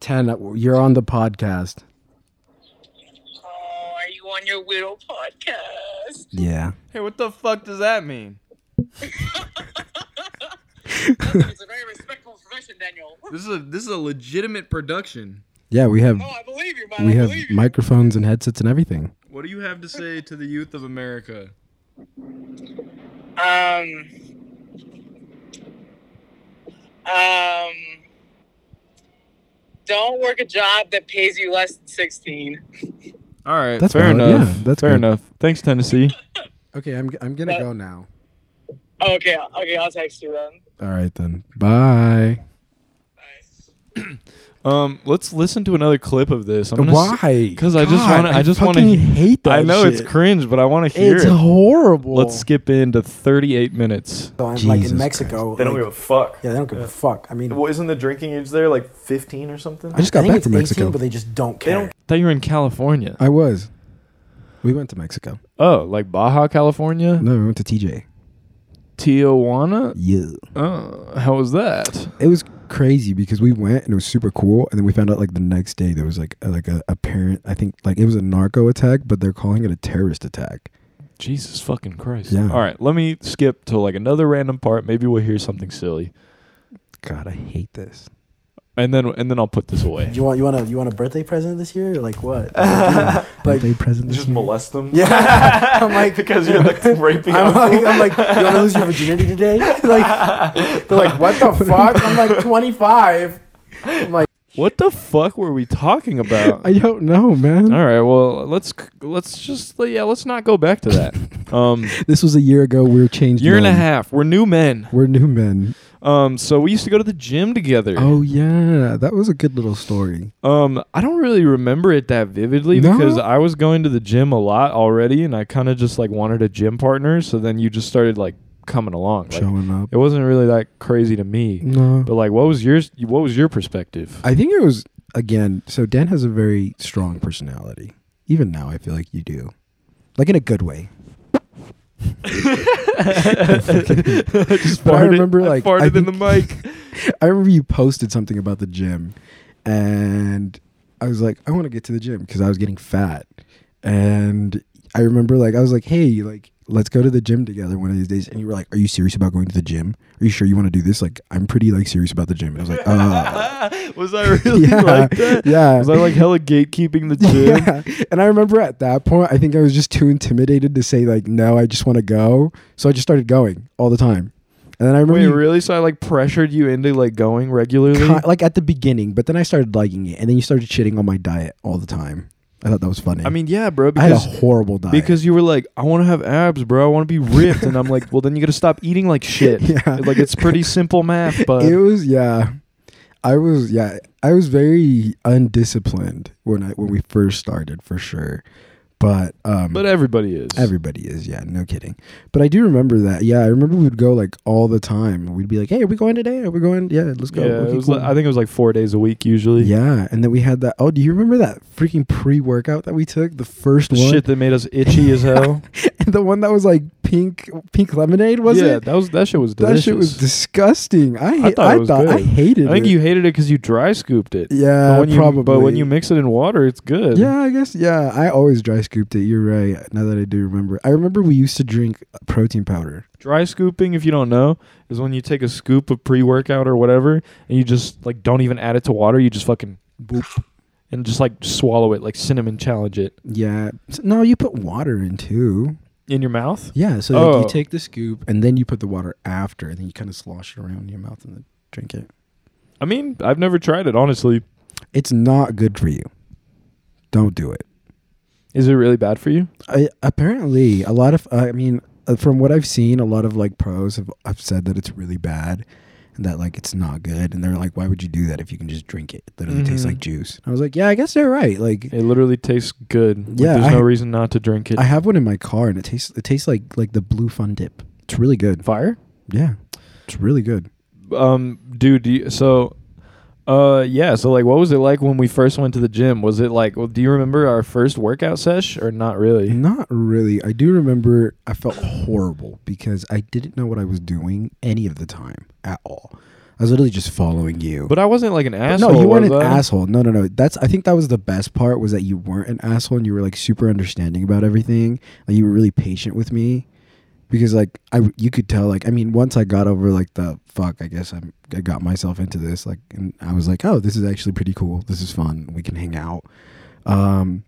S2: Ten, you're on the podcast.
S7: Oh, are you on your widow podcast?
S2: Yeah.
S5: Hey, what the fuck does that mean?
S7: It's a very respectful profession, Daniel.
S5: This is a this is a legitimate production.
S2: Yeah, we have
S7: Oh, I believe you, man.
S2: we
S7: I
S2: have
S7: believe you.
S2: microphones and headsets and everything.
S5: What do you have to say to the youth of America?
S7: Um. Um. Don't work a job that pays you less than sixteen.
S5: All right,
S2: That's
S5: fair
S2: valid.
S5: enough.
S2: Yeah, that's
S5: fair
S2: good.
S5: enough. Thanks, Tennessee.
S2: Okay, I'm I'm going to
S7: Uh,
S2: go now.
S7: Okay, okay, I'll text you then.
S2: All right then. Bye.
S7: Bye.
S5: Um, let's listen to another clip of this. I'm gonna s-
S2: Why?
S5: 'cause I just
S2: God,
S5: wanna- I just wanna
S2: fucking
S5: he-
S2: hate that
S5: I know
S2: shit.
S5: it's cringe, but I want to hear
S2: It's
S5: it.
S2: horrible.
S5: Let's skip into 38 minutes.
S6: So I'm like
S2: Jesus
S6: in Mexico.
S8: They don't
S6: like-
S8: give a fuck.
S6: yeah, they don't give a fuck. I mean,
S8: Well, isn't the drinking age there like 15 or something?
S2: I just got
S6: I think
S2: back
S6: it's
S2: from
S6: 18,
S2: Mexico.
S6: but they just don't
S8: They
S6: care.
S8: don't-
S5: thought you were in California.
S2: I was. We went to Mexico.
S5: Oh, like Baja California,
S2: No, we went to TJ.
S5: Tijuana.
S2: Yeah.
S5: Oh, how was that?
S2: It was crazy because we went and it was super cool, and then we found out like the next day there was like a, like a, a parent. I think like it was a narco attack, but they're calling it a terrorist attack.
S5: Jesus fucking Christ.
S2: Yeah.
S5: All right, let me skip to like another random part. Maybe we'll hear something silly.
S2: God, I hate this.
S5: and then and then I'll put this away.
S6: You want you want a you want a birthday present this year or like what? Like,
S2: birthday present.
S9: Just molest them.
S6: yeah, I'm like
S9: because you're like raping.
S6: I'm
S9: them.
S6: like, I'm like, you want to lose your virginity today? Like, they're like, what the fuck? I'm like 25. I'm like,
S5: What the fuck were we talking about?
S2: I don't know, man.
S5: All right, well let's let's just yeah let's not go back to that. Um,
S2: This was a year ago. We were changed.
S5: year and a
S2: men.
S5: half, we're new men.
S2: We're new men.
S5: Um, so we used to go to the gym together.
S2: Oh yeah, that was a good little story.
S5: Um, I don't really remember it that vividly
S2: No?
S5: because I was going to the gym a lot already, and I kind of just like wanted a gym partner. So then you just started like coming along. Like,
S2: Showing up.
S5: it wasn't really that crazy to me.
S2: No.
S5: But like, what was yours? What was your perspective?
S2: I think it was again. So Dan has a very strong personality. Even now, I feel like you do, like in a good way.
S5: just
S2: But I remember, like, I
S5: farted in the
S2: think-
S5: mic.
S2: I remember you posted something about the gym, and I was like, I want to get to the gym because I was getting fat, and I remember like I was like, hey, like let's go to the gym together one of these days, and you were like, are you serious about going to the gym? Are you sure you want to do this? Like I'm pretty like serious about the gym. And I was like, oh.
S5: was I really
S2: Yeah,
S5: like that?
S2: yeah.
S5: Was I like hella gatekeeping the gym?
S2: Yeah. And I remember at that point, I think I was just too intimidated to say like, no, I just want to go. So I just started going all the time. And then I remember
S5: Wait,
S2: you-
S5: really? So I like pressured you into like going regularly?
S2: ki- like at the beginning, but then I started liking it, and then you started shitting on my diet all the time. I thought that was funny.
S5: I mean, yeah, bro.
S2: I had a
S5: Because
S2: horrible diet
S5: because you were like, I want to have abs, bro. I want to be ripped, and I'm like, well, then you got to stop eating like shit.
S2: Yeah.
S5: Like it's pretty simple math, but
S2: it was yeah, I was yeah, I was very undisciplined when I when we first started for sure, but um,
S5: but everybody is.
S2: Everybody is, yeah, no kidding. But I do remember that. Yeah, I remember we'd go like all the time. We'd be like, "Hey, are we going today? Are we going? Yeah, let's go."
S5: yeah,
S2: Okay,
S5: it was
S2: cool."
S5: like, I think it was like four days a week usually.
S2: yeah, and then we had that. Oh, do you remember that freaking pre-workout that we took? The first
S5: The
S2: one,
S5: shit that made us itchy as hell.
S2: the one that was like pink, pink lemonade, was
S5: yeah,
S2: it?
S5: that was that shit was
S2: That
S5: delicious.
S2: shit was disgusting. I hate, I
S5: thought
S2: thought
S5: it
S2: I,
S5: was good.
S2: hated.
S5: I think
S2: it.
S5: you hated it because you dry scooped it.
S2: Yeah,
S5: but when you,
S2: probably.
S5: But when you mix it in water, it's good.
S2: Yeah, I guess. Yeah, I always dry scooped it. You're right. Now that I do remember, I remember we used to drink protein powder.
S5: Dry scooping, if you don't know, is when you take a scoop of pre-workout or whatever, and you just like don't even add it to water. You just fucking boop, and just like swallow it, like cinnamon challenge it
S2: Yeah. S- No, you put water in too.
S5: in your mouth.
S2: Yeah, so like
S5: Oh.
S2: you take the scoop and then you put the water after, and then you kind of slosh it around in your mouth and then drink it.
S5: I mean, I've never tried it honestly.
S2: It's not good for you. Don't do it.
S5: Is it really bad for you?
S2: I, apparently, a lot of I mean, uh, from what I've seen, a lot of like pros have, have said that it's really bad and that like it's not good, and they're like, why would you do that if you can just drink it? It literally tastes
S5: Mhm.
S2: like juice. And I was like, yeah, I guess they're right. Like,
S5: It literally tastes good. Like,
S2: Yeah,
S5: there's
S2: I-
S5: no reason not to drink it.
S2: I have one in my car, and it tastes it tastes like like the blue fun dip. It's really good.
S5: Fire,
S2: Yeah, it's really good.
S5: um, dude. Do you, so, uh, yeah. So, like, what was it like when we first went to the gym? Was it like, well, do you remember our first workout sesh or not really?
S2: Not really. I do remember I felt horrible because I didn't know what I was doing any of the time at all. I was literally just following you.
S5: But I wasn't like an asshole.
S2: no, you
S5: was
S2: weren't an
S5: I?
S2: asshole. No, no, no. That's I think that was the best part was that you weren't an asshole and you were like super understanding about everything. Like you were really patient with me because like I you could tell like I mean once I got over like the fuck I guess I'm I got myself into this like and I was like oh this is actually pretty cool. This is fun. We can hang out. Um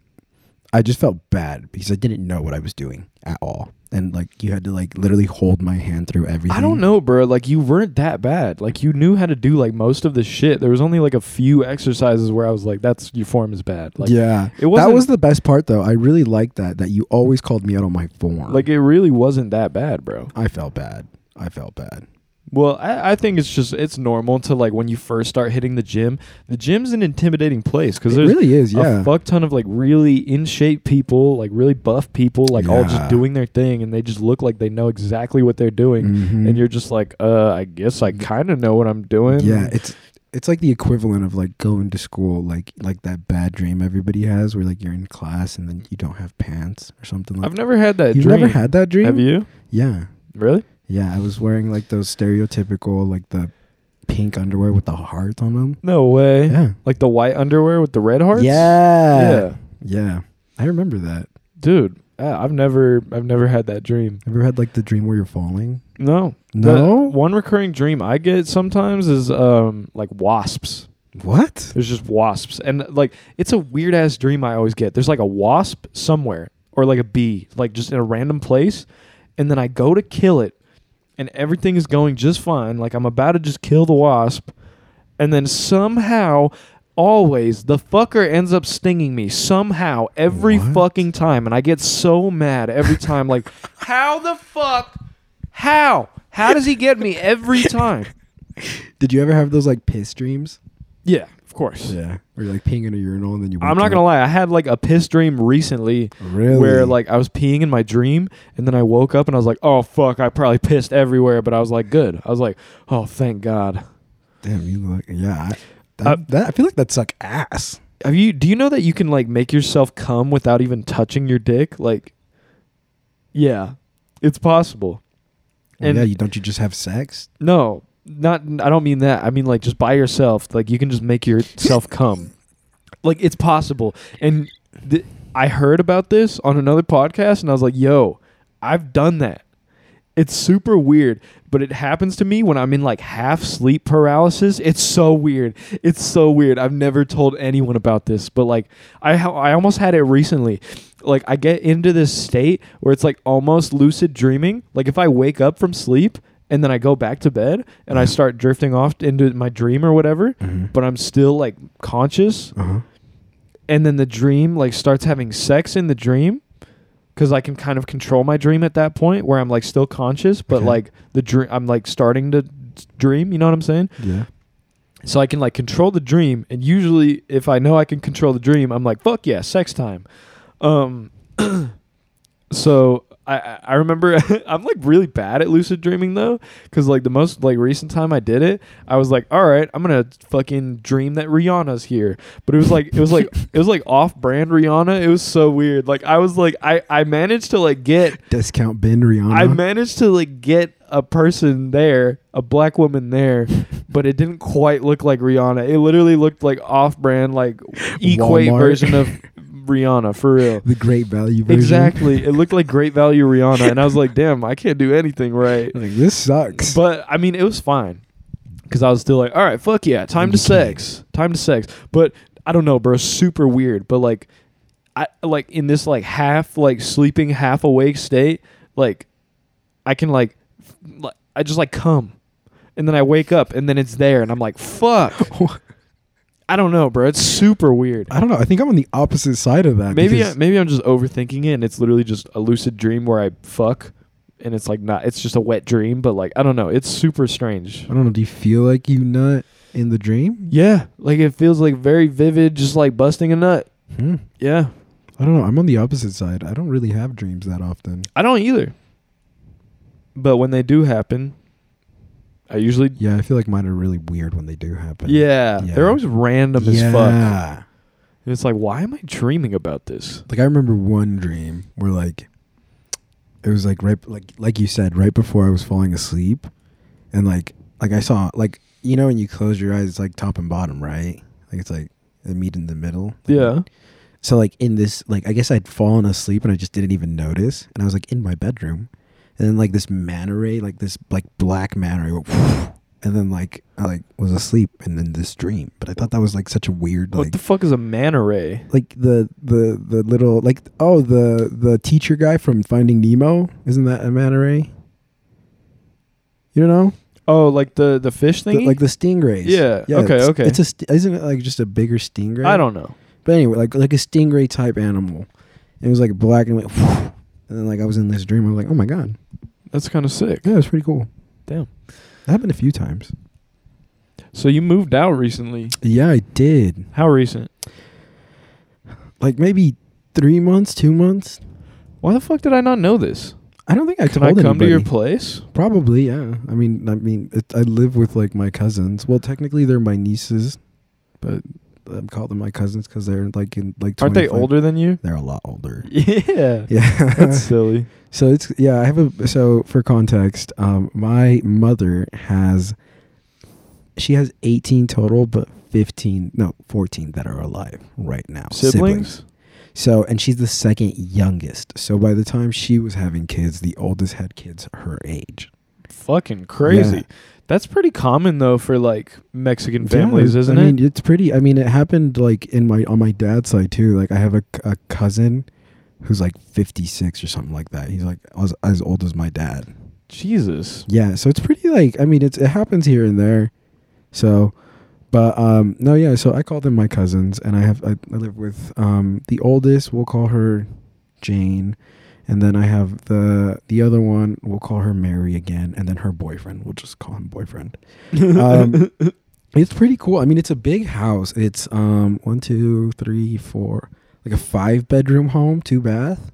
S2: I just felt bad because I didn't know what I was doing at all. And like you had to like literally hold my hand through everything.
S5: I don't know, bro. Like you weren't that bad. Like you knew how to do like most of the shit. There was only like a few exercises where I was like, "That's your form is bad." Like,
S2: yeah,
S5: it wasn't.
S2: that was the best part, though. I really liked that that you always called me out on my form.
S5: like it really wasn't that bad, bro.
S2: I felt bad. I felt bad.
S5: Well, I, I think it's just it's normal to like when you first start hitting the gym. The gym's an intimidating place because
S2: It
S5: there's
S2: really is.
S5: a
S2: Yeah,
S5: fuck ton of like really in shape people, like really buff people, like all just
S2: Yeah.
S5: doing their thing, and they just look like they know exactly what they're doing.
S2: Mhm.
S5: And you're just like, uh, I guess I kind of know what I'm doing.
S2: yeah. It's it's like the equivalent of like going to school, like like that bad dream everybody has, where like you're in class and then you don't have pants or something like.
S5: I've never had that
S2: You've
S5: dream.
S2: never had that dream.
S5: Have you?
S2: Yeah,
S5: Really?
S2: yeah. I was wearing like those stereotypical like the pink underwear with the heart on them.
S5: No way.
S2: Yeah.
S5: Like the white underwear with the red hearts?
S2: Yeah.
S5: Yeah.
S2: Yeah. I remember that.
S5: Dude, uh, I've never I've never had that dream.
S2: Ever had like the dream where you're falling?
S5: No.
S2: No?
S5: The one recurring dream I get sometimes is um like wasps.
S2: What?
S1: There's just wasps. And like it's a weird ass dream I always get. There's like a wasp somewhere or like a bee, like just in a random place. And then I go to kill it and everything is going just fine. Like I'm about to just kill the wasp. And then somehow always the fucker ends up stinging me somehow every
S2: What?
S1: fucking time and I get so mad every time like how the fuck how how does he get me every time?
S2: Did you ever have those like piss dreams?
S1: Yeah, of course.
S2: Yeah. Or you're like peeing in a urinal and then you.
S1: I'm not gonna lie. I had like a piss dream recently,
S2: Really?
S1: where like I was peeing in my dream, and then I woke up and I was like, "Oh fuck, I probably pissed everywhere," but I was like, "Good." I was like, "Oh, thank God."
S2: Damn, you look. Yeah. I, that,
S1: Uh,
S2: that, I feel like that suck ass.
S1: Have you? Do you know that you can like make yourself come without even touching your dick? Like, yeah, it's possible.
S2: Well,
S1: And-
S2: yeah, you don't you just have sex?
S1: No, not. I don't mean that. I mean like just by yourself. Like you can just make yourself come. Like it's possible. And th- I heard about this on another podcast, and I was like, "Yo, I've done that." It's super weird, but it happens to me when I'm in like half sleep paralysis. It's so weird. It's so weird. I've never told anyone about this, but like I ha- I almost had it recently. Like I get into this state where it's like almost lucid dreaming. Like if I wake up from sleep and then I go back to bed and I start drifting off into my dream or whatever,
S2: Mm-hmm.
S1: but I'm still like conscious.
S2: Uh huh.
S1: And then the dream like starts having sex in the dream because I can kind of control my dream at that point where I'm like still conscious, but
S2: Okay.
S1: like the dream, I'm like starting to dream. You know what I'm saying?
S2: Yeah.
S1: so I can like control the dream. And usually, if I know I can control the dream, I'm like, fuck yeah, sex time. Um, so I- I I remember I'm like really bad at lucid dreaming though, because like the most like recent time I did it, I was like, all right, I'm gonna fucking dream that Rihanna's here. But it was like it was like it was like off brand Rihanna. It was so weird. Like I was like I I managed to like get
S2: Discount bin Rihanna.
S1: I managed to like get a person there, a black woman there, but it didn't quite look like Rihanna. It literally looked like off-brand, like equate
S2: Walmart.
S1: version of Rihanna for real.
S2: the great value version.
S1: Exactly, it looked like Great Value Rihanna, and I was like, "Damn, I can't do anything right."
S2: Like this sucks.
S1: But I mean, it was fine because I was still like, "All right, fuck yeah, time to sex, time to sex." But I don't know, bro, super weird. But like, I like in this like half like sleeping, half awake state, like I can like, f- like I just like come, and then I wake up, and then it's there, and I'm like, "Fuck." I don't know, bro. It's super weird.
S2: I don't know. I think I'm on the opposite side of that.
S1: Maybe I,
S2: because-
S1: maybe I'm just overthinking it, and it's literally just a lucid dream where I fuck, and it's like not. It's just a wet dream, but like I don't know. It's super strange.
S2: I don't know. Do you feel like you nut in the dream?
S1: Yeah, like it feels like very vivid, just like busting a nut.
S2: Hmm.
S1: Yeah,
S2: I don't know. I'm on the opposite side. I don't really have dreams that often.
S1: I don't either. But when they do happen, I usually
S2: Yeah, I feel like mine are really weird when they do happen.
S1: yeah,
S2: Yeah.
S1: they're always random as fuck.
S2: yeah.
S1: And it's like, why am I dreaming about this?
S2: Like I remember one dream where like it was like right like like you said right before I was falling asleep, and like like I saw like you know when you close your eyes it's like top and bottom right like it's like they meet in the middle
S1: Yeah,
S2: so like in this like I guess I'd fallen asleep and I just didn't even notice and I was like in my bedroom and then like this manta ray like this like black manta ray went, and then like I like was asleep and then this dream but I thought that was like such a weird
S1: what
S2: like
S1: the fuck is a manta ray?
S2: like the the the little like oh the the teacher guy from Finding Nemo isn't that a manta ray? You know,
S1: Oh, like the the fish
S2: The-
S1: thing?
S2: like the stingrays.
S1: Yeah, okay,
S2: it's,
S1: okay.
S2: It's a st- isn't it like just a bigger stingray?
S1: I don't know.
S2: But anyway, like like a stingray type animal. And it was like black and went, and then like I was in this dream. I was like, oh my god,
S1: That's kind of sick.
S2: yeah, it was pretty cool.
S1: Damn.
S2: That happened a few times.
S1: So you moved out recently?
S2: Yeah, I did.
S1: How recent?
S2: Like maybe three months, two months.
S1: Why the fuck did I not know this?
S2: I don't think I
S1: Can I
S2: told
S1: come to your
S2: anybody.
S1: place?
S2: Probably, yeah. I mean, I mean, it, I live with like my cousins. Well, technically, they're my nieces, but I call them my cousins because they're like in like.
S1: Aren't they
S2: 25
S1: older than you?
S2: They're a lot older.
S1: Yeah.
S2: Yeah.
S1: That's silly.
S2: so it's yeah. I have a so for context, um, my mother has. She has eighteen total, but fifteen, no, fourteen that are alive right now.
S1: Siblings?
S2: So, and she's the second youngest. So by the time she was having kids, the oldest had kids her age.
S1: fucking crazy. That's pretty common though for like Mexican families,
S2: Yeah,
S1: isn't
S2: I
S1: it?
S2: mean, it's pretty. I mean, it happened like in my on my dad's side too. Like I have a, a cousin who's like 56 or something like that. He's like as, as old as my dad.
S1: Jesus.
S2: Yeah, so it's pretty like I mean, it's it happens here and there. So, but um no, yeah. So I call them my cousins, and I have I, I live with um the oldest. We'll call her Jane. And then I have the the other one. We'll call her Mary again, and then her boyfriend. We'll just call him boyfriend. Um, it's pretty cool. I mean, it's a big house. It's um one, two, three, four, like a five bedroom home, two bath.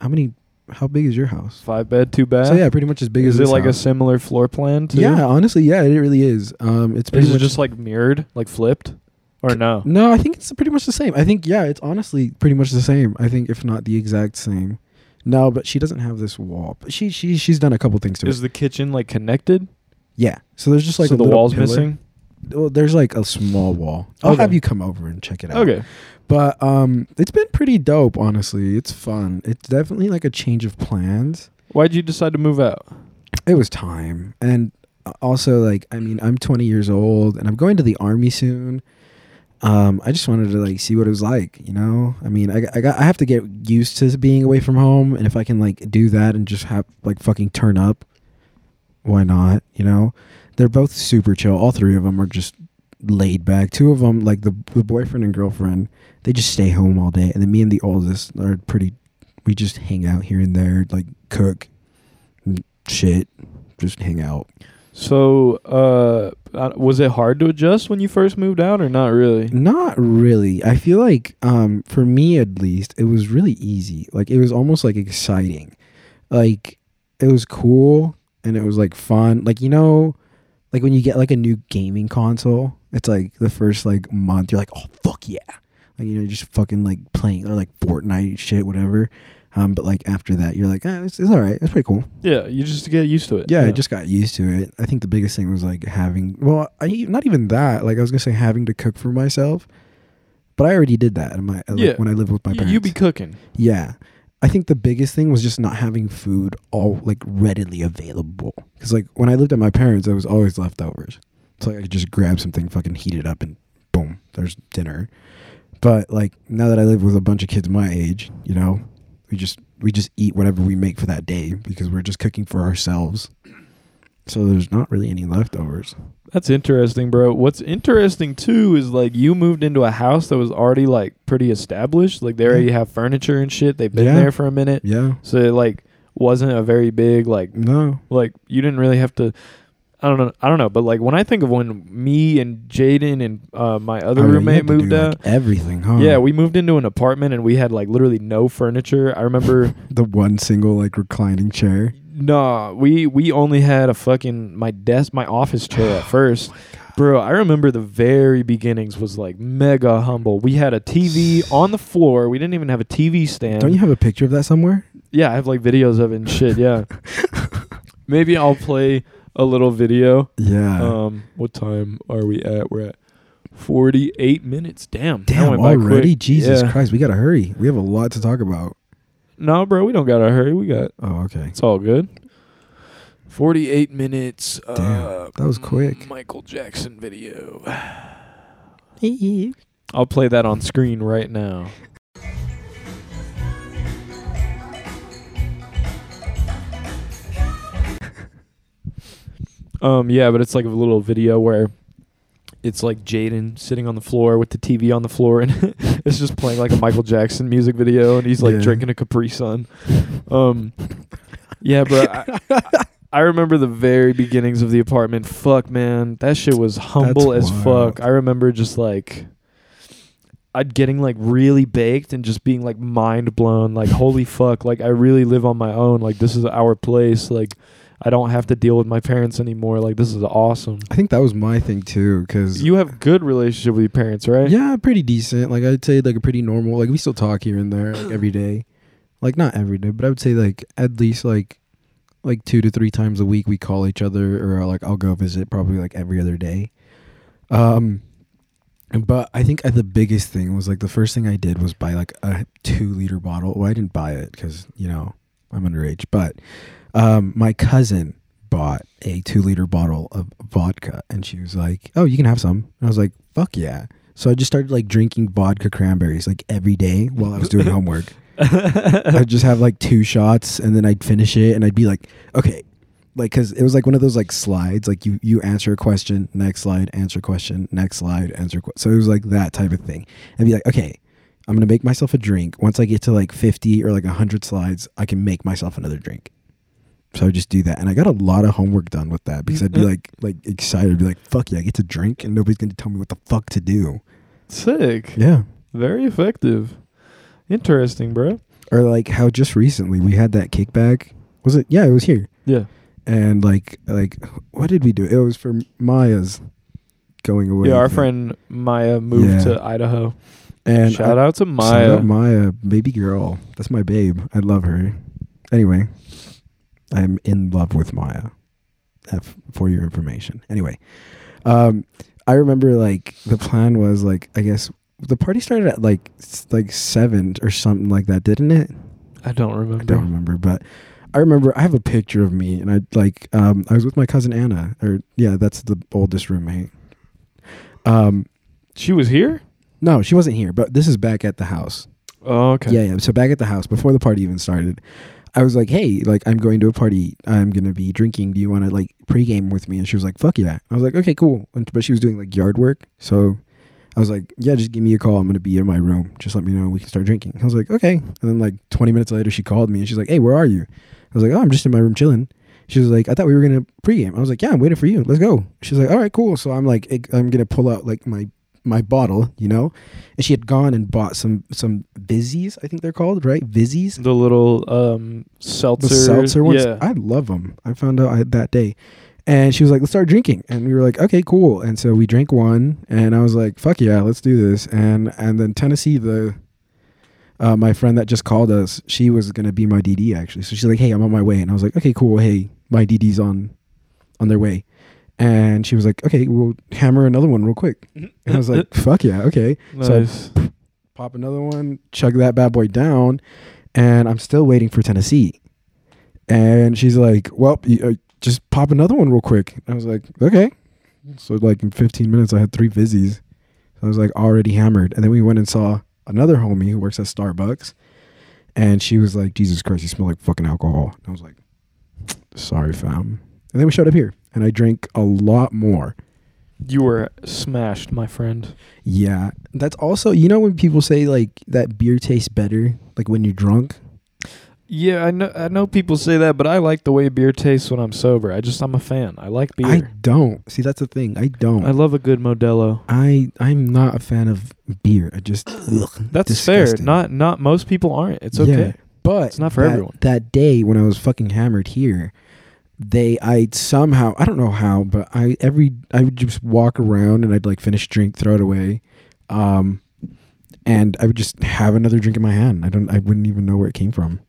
S2: How many? How big is your house?
S1: Five bed, two bath.
S2: So yeah, pretty much as big
S1: Is
S2: as
S1: it
S2: this
S1: like a
S2: house.
S1: similar floor plan? Too?
S2: Yeah, honestly, yeah, it really is. Um, it's pretty
S1: Is it
S2: much
S1: just like mirrored, like flipped, or no?
S2: no. I think it's pretty much the same. I think yeah, it's honestly pretty much the same. I think if not the exact same. No, but she doesn't have this wall. But she she she's done a couple things to it.
S1: Is the kitchen like connected?
S2: Yeah. So there's just like
S1: so
S2: a
S1: the
S2: little
S1: walls
S2: pillar.
S1: missing.
S2: Well, there's like a small wall. I'll
S1: Okay.
S2: have you come over and check it out.
S1: Okay.
S2: But um, it's been pretty dope. Honestly, it's fun. It's definitely like a change of plans.
S1: Why'd you decide to move out?
S2: it was time and uh, also like i mean i'm 20 years old and i'm going to the army soon um i just wanted to like see what it was like you know i mean i, I got i have to get used to being away from home and if i can like do that and just have like fucking turn up why not you know they're both super chill all three of them are just laid back two of them like the, the boyfriend and girlfriend they just stay home all day and then me and the oldest are pretty we just hang out here and there like cook and shit just hang out
S1: So, uh, uh, was it hard to adjust when you first moved out, or not really?
S2: Not really. I feel like um for me at least it was really easy. Like it was almost like exciting. Like it was cool and it was like fun. Like you know like when you get like a new gaming console, it's like the first like month you're like, "Oh fuck yeah." Like you know, just fucking like playing or like Fortnite shit whatever. Um but like after that you're like, eh, it's, it's all right. It's pretty cool."
S1: Yeah, you just get used to it.
S2: yeah, I just got used to it. I think the biggest thing was like having well, I, not even that. Like I was gonna say having to cook for myself, but I already did that. In my, like,
S1: Yeah.
S2: when I lived with my
S1: Y-
S2: parents.
S1: you be cooking.
S2: yeah, I think the biggest thing was just not having food all like readily available. Because like when I lived at my parents, I was always leftovers. So like, I could just grab something, fucking heat it up, and boom, there's dinner. But like now that I live with a bunch of kids my age, you know, we just we just eat whatever we make for that day because we're just cooking for ourselves. So there's not really any leftovers.
S1: That's interesting, bro. What's interesting too is like you moved into a house that was already like pretty established. Like they already have furniture and shit. They've been
S2: Yeah.
S1: there for a minute,
S2: Yeah.
S1: so it like wasn't a very big like
S2: No.
S1: like you didn't really have to. I don't know. I don't know, but like when I think of when me and Jaden and uh, my other
S2: Oh, yeah, you
S1: roommate
S2: had to do,
S1: moved out,
S2: like, everything, huh?
S1: yeah, we moved into an apartment and we had like literally no furniture. I remember
S2: the one single like reclining chair.
S1: Nah, we we only had a fucking my desk, my office chair at first. Bro, I remember the very beginnings was like mega humble. We had a TV on the floor. We didn't even have a TV stand.
S2: Don't you have a picture of that somewhere?
S1: yeah, I have like videos of it and shit. Yeah, maybe I'll play a little video.
S2: Yeah.
S1: Um, what time are we at? We're at forty-eight minutes. Damn, that
S2: Damn,
S1: went by quick.
S2: already? Jesus
S1: Yeah.
S2: Christ, we gotta hurry. We have a lot to talk about.
S1: No, bro, we don't gotta hurry. We got
S2: Oh, okay.
S1: It's all good. 48 minutes. uh,
S2: that was quick.
S1: Michael Jackson video. I'll play that on screen right now. um, yeah, but it's like a little video where it's like Jaden sitting on the floor with the TV on the floor, and it's just playing like a Michael Jackson music video, and he's like
S2: Yeah.
S1: drinking a Capri Sun. Um, yeah, bro. I, I- I remember the very beginnings of the apartment. Fuck, man, that shit was humble
S2: That's
S1: as
S2: wild.
S1: fuck. I remember just like. I'd getting like really baked and just being like mind blown, like holy fuck, like I really live on my own, like this is our place, like I don't have to deal with my parents anymore, like this is awesome.
S2: I think that was my thing too, because
S1: You have good relationship with your parents, right?
S2: yeah, pretty decent. Like I'd say, like a pretty normal. Like we still talk here and there, like every day. Like not every day, but I would say like at least like like two to three times a week we call each other, or uh, like I'll go visit probably like every other day. Um, but I think uh, the biggest thing was like the first thing I did was buy like a two liter bottle. Well, I didn't buy it because you know I'm underage, but um, my cousin bought a two liter bottle of vodka, and she was like, "Oh, you can have some." And I was like, "Fuck yeah!" So I just started like drinking vodka cranberries like every day while I was doing homework. I'd just have like two shots, and then I'd finish it, and I'd be like, "Okay." Like, cause it was like one of those like slides, like you you answer a question, next slide, answer question, next slide, answer. Qu- so it was like that type of thing. I'd be like, okay, I'm gonna make myself a drink. Once I get to like 50 or like 100 slides, I can make myself another drink. So I just do that, and I got a lot of homework done with that because I'd be like, like excited, I'd be like, "Fuck yeah, I get to drink, and nobody's gonna tell me what the fuck to do."
S5: Sick.
S2: Yeah,
S5: Very effective. Interesting, bro.
S2: or like how just recently we had that kickback. Was it? Yeah, it was here.
S5: Yeah.
S2: And like, like, what did we do? It was for Maya's going away.
S5: yeah, our
S2: thing.
S5: friend Maya moved
S2: Yeah.
S5: to Idaho.
S2: and
S5: Shout
S2: I-
S5: out to
S2: shout
S5: Maya.
S2: out Maya, baby girl. That's my babe. I love her. Anyway, I'm in love with Maya. F for your information. Anyway, um, I remember like the plan was like I guess the party started at like s- like seven or something like that, didn't it?
S5: I don't remember.
S2: I don't remember, but I remember I have a picture of me, and I like um, I was with my cousin Anna, or yeah, that's the oldest roommate. Um,
S5: She was here?
S2: no, she wasn't here, but this is back at the house.
S5: Oh, okay.
S2: Yeah, yeah. So back at the house before the party even started, I was like, "Hey, like I'm going to a party. I'm gonna be drinking. Do you want to like pregame with me?" And she was like, "Fuck yeah!" I was like, "Okay, cool." And, but she was doing like yard work, so I was like, "Yeah, just give me a call. I'm gonna be in my room. Just let me know. We can start drinking." I was like, "Okay." And then like 20 minutes later, she called me and she's like, "Hey, where are you?" I was like, "Oh, I'm just in my room chilling." She was like, "I thought we were gonna pregame." I was like, "Yeah, I'm waiting for you. Let's go." She's like, "All right, cool." So I'm like, ig- I'm gonna pull out like my my bottle, you know, and she had gone and bought some some Vizzies, I think they're called, right? Vizzies,
S5: The little um seltzer.
S2: the seltzer ones.
S5: Yeah.
S2: I love them. I found out I, that day, and she was like, "Let's start drinking," and we were like, "Okay, cool." And so we drank one, and I was like, "Fuck yeah, let's do this." And and then Tennessee, the uh, my friend that just called us, she was gonna be my DD actually. So she's like, "Hey, I'm on my way," and I was like, "Okay, cool. Hey, my DD's on on their way." And she was like, "Okay, we'll hammer another one real quick."
S5: Mm-hmm.
S2: And I was like, "Fuck yeah, okay." So I
S5: nice.
S2: pop another one, chug that bad boy down, and I'm still waiting for Tennessee. And she's like, "Well, you, uh, just pop another one real quick." And I was like, "Okay." So like in 15 minutes, I had three fizzies. I was like already hammered, and then we went and saw another homie who works at Starbucks, and she was like, "Jesus Christ, you smell like fucking alcohol." And I was like, "Sorry, fam." And then we showed up here, and I drank a lot more.
S5: you were smashed, my friend.
S2: Yeah, that's also you know when people say like that beer tastes better like when you're drunk.
S5: Yeah, I know. I know people say that, but I like the way beer tastes when I'm sober. I just I'm a fan. I like
S2: I
S5: beer.
S2: don't see that's the thing. I don't.
S5: I, love a good Modelo.
S2: I I'm not a fan of beer. I just ugh,
S5: That's fair.
S2: disgusting.
S5: Not not most people aren't. It's
S2: Yeah.
S5: okay.
S2: but
S5: It's not for
S2: that,
S5: everyone.
S2: That day when I was fucking hammered here, they I somehow I don't know how, but I every I would just walk around and I'd like finish drink, throw it away, um, and I would just have another drink in my hand. I don't I wouldn't even know where it came from.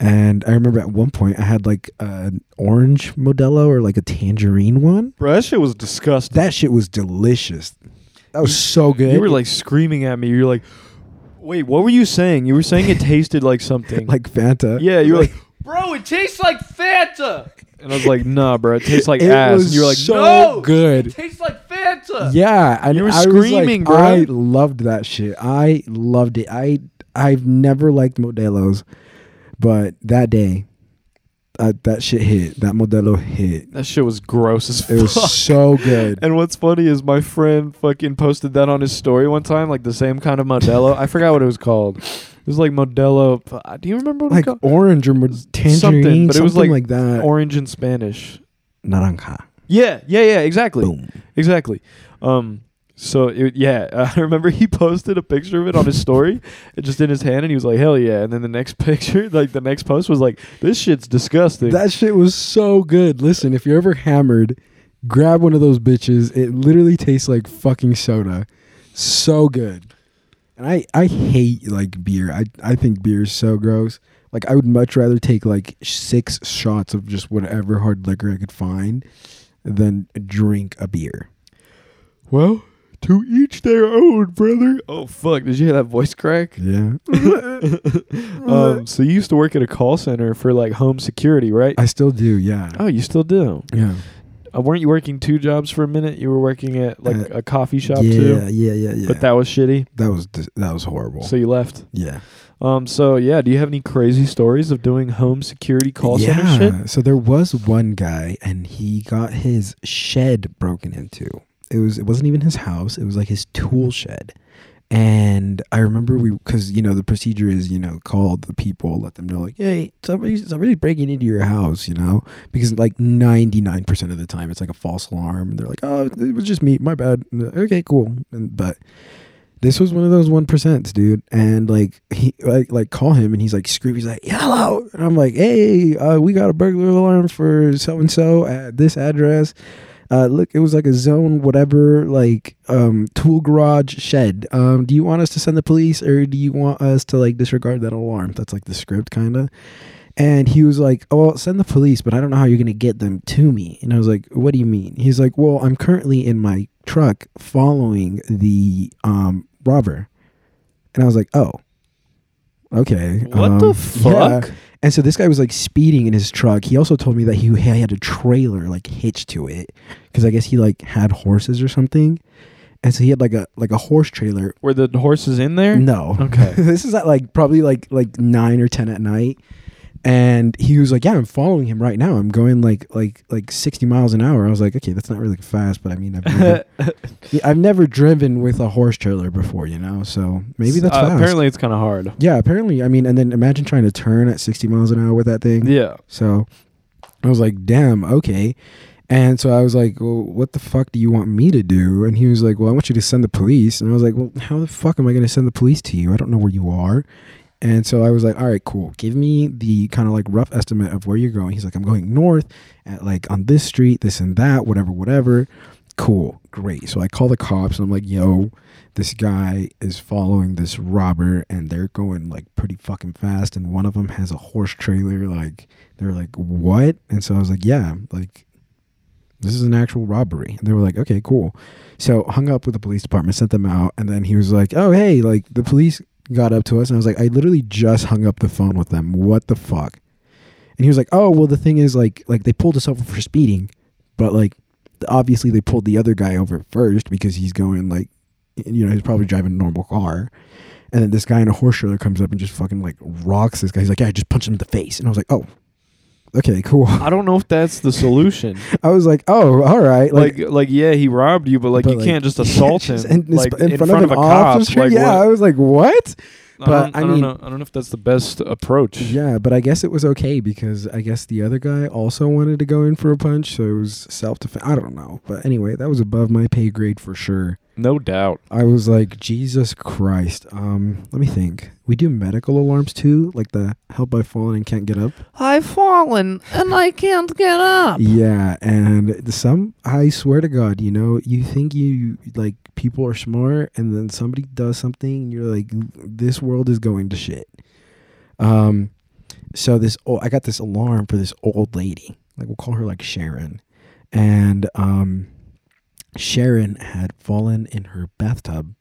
S2: And I remember at one point I had like an orange Modelo or like a tangerine one.
S5: Bro, that shit was disgusting.
S2: That shit was delicious. That was so good.
S5: you were like screaming at me. You're like, wait, what were you saying? You were saying it tasted like something.
S2: like Fanta.
S5: yeah, you're like, bro, it tastes like Fanta. And I was like, nah, bro, it tastes like
S2: it
S5: ass.
S2: was
S5: And you're like,
S2: so
S5: no,
S2: good.
S5: it tastes like Fanta.
S2: Yeah, and
S5: You were
S2: I was like,
S5: screaming, bro.
S2: I loved that shit. I loved it. I I've never liked Modelo's, but that day, uh, that shit hit. That Modelo hit.
S5: That shit was gross as
S2: It was
S5: fuck.
S2: so good.
S5: And what's funny is my friend fucking posted that on his story one time, like the same kind of Modelo. I forgot what it was called. It was like Modelo. uh, Do you remember what
S2: Like
S5: it was called?
S2: orange or mo- tangerine, something, but it was like, that.
S5: Orange in Spanish.
S2: Naranja.
S5: Yeah, yeah, yeah, exactly.
S2: Boom.
S5: Exactly. Um, so it, yeah, I remember he posted a picture of it on his story, it just in his hand, and he was like, "Hell yeah!" And then the next picture, like the next post, was like, "This shit's disgusting."
S2: That shit was so good. Listen, if you're ever hammered, grab one of those bitches. It literally tastes like fucking soda. So good. And I, I hate like beer. I, I think beer is so gross. Like I would much rather take like six shots of just whatever hard liquor I could find than drink a beer.
S5: well,
S1: To each their own, brother. Oh fuck! Did you hear that voice crack?
S2: Yeah.
S1: um, so you used to work at a call center for like home security, right?
S2: I still do. Yeah.
S1: oh, you still do.
S2: Yeah.
S1: Uh, weren't you working two jobs for a minute? You were working at like
S2: Uh,
S1: a coffee shop
S2: yeah,
S1: too,
S2: yeah. Yeah. Yeah.
S1: but that was shitty.
S2: that was dis- that was horrible.
S1: So you left.
S2: yeah.
S1: Um. So yeah, do you have any crazy stories of doing home security call
S2: yeah.
S1: center shit?
S2: So there was one guy, and he got his shed broken into. It was it wasn't even his house. It was like his tool shed. And I remember we, because you know the procedure is you know call the people, let them know like, hey, somebody's somebody's breaking into your house, you know, because like ninety nine percent of the time it's like a false alarm. They're like, oh, it was just me, my bad. And, Okay, cool. And, but this was one of those one percents, dude. And like he like like call him and he's like screaming, he's like, Hello and I'm like, Hey, uh, we got a burglar alarm for so and so at this address. Uh, look, it was like a zone, whatever, like um, tool garage shed. Um, do you want us to send the police, or do you want us to like disregard that alarm? That's like the script, kind of. And he was like, "Oh, well, send the police, but I don't know how you're gonna get them to me." And I was like, "What do you mean?" He's like, "Well, I'm currently in my truck following the um, robber," and I was like, "Oh, okay."
S1: What
S2: um,
S1: the
S2: yeah."
S1: fuck?
S2: And so this guy was like speeding in his truck. He also told me that he he had a trailer like hitched to it because I guess he like had horses or something, and so he had like a like a horse trailer
S1: Were the horses in there?
S2: no.
S1: Okay.
S2: this is at like probably like like nine or ten at night, and he was like, "Yeah, I'm following him right now. I'm going like like like sixty miles an hour." I was like, "Okay, that's not really fast, but I mean, I've never, Yeah, I've never driven with a horse trailer before, you know, so maybe that's
S1: Uh,
S2: fast."
S1: apparently it's kind of hard.
S2: yeah, apparently. I mean, and then imagine trying to turn at sixty miles an hour with that thing.
S1: Yeah.
S2: So I was like, damn, okay. And so I was like, well, what the fuck do you want me to do? And he was like, well, I want you to send the police. And I was like, well, how the fuck am I going to send the police to you? I don't know where you are. And so I was like, all right, cool. Give me the kind of like rough estimate of where you're going. He's like, I'm going north at like on this street, this and that, whatever, whatever. Cool, great. So I call the cops and I'm like, yo, this guy is following this robber and they're going like pretty fucking fast. And one of them has a horse trailer. Like, they're like, what? And so I was like, yeah, like this is an actual robbery. And they were like, okay, cool. So hung up with the police department, sent them out, and then he was like, oh hey, like the police got up to us, and I was like, I literally just hung up the phone with them. What the fuck? And he was like, oh well, the thing is like like they pulled us over for speeding, but like obviously they pulled the other guy over first because he's going like you know he's probably driving a normal car. And then this guy in a horse trailer comes up and just fucking like rocks this guy. He's like, "Yeah, I just punched him in the face." And I was like, "Oh, okay, cool."
S1: I don't know if that's the solution.
S2: I was like, "Oh, all right."
S1: like, like, yeah, he robbed you, but like,
S2: but,
S1: you can't just
S2: yeah,
S1: assault
S2: just
S1: him
S2: in,
S1: like
S2: in, front, of,
S1: a
S2: an
S1: cop.
S2: officer.
S1: Like,
S2: yeah, I
S1: what?
S2: was like, "What?"
S1: I
S2: but,
S1: don't-
S2: I
S1: I, don't
S2: mean-
S1: know. I don't know if that's the best approach.
S2: Yeah, but I guess it was okay because I guess the other guy also wanted to go in for a punch, so it was self defense. I don't know, but anyway, that was above my pay grade for sure.
S1: No doubt.
S2: I was like, Jesus Christ. Um, let me think. We do medical alarms too, like the help by falling and can't get up.
S10: I've fallen and I can't get up.
S2: Yeah, and some I swear to God, you know, you think you like people are smart, and then somebody does something, and you're like, this world is going to shit. Um, so this oh, I got this alarm for this old lady, like we'll call her like Sharon, and um, Sharon had fallen in her bathtub.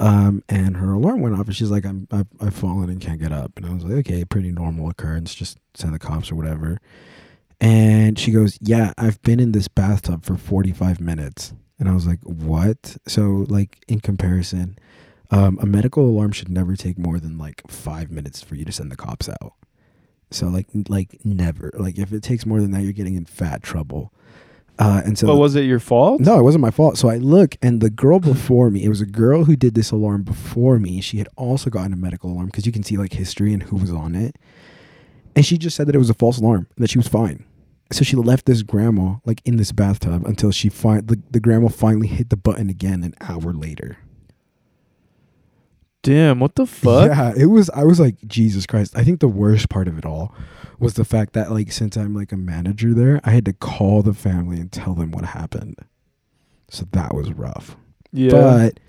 S2: Um, and her alarm went off, and she's like, "I'm I've, I've fallen and can't get up." And I was like, "Okay, pretty normal occurrence. Just send the cops or whatever." And she goes, Yeah, I've been in this bathtub for 45 minutes. And I was like, What? So, like, in comparison, um, a medical alarm should never take more than like five minutes for you to send the cops out. So, like, n- like never. Like, if it takes more than that, you're getting in fat trouble. Uh, and so,
S1: But was it your fault?
S2: no, it wasn't my fault. So I look, and the girl before me, it was a girl who did this alarm before me. She had also gotten a medical alarm because you can see like history and who was on it. And she just said that it was a false alarm and that she was fine. So she left this grandma like in this bathtub until she fi- the, the grandma finally hit the button again an hour later.
S1: Damn, what the fuck?
S2: Yeah, it was. I was like, Jesus Christ. I think the worst part of it all was the fact that, like, since I'm like a manager there, I had to call the family and tell them what happened. So that was rough.
S1: Yeah.
S2: But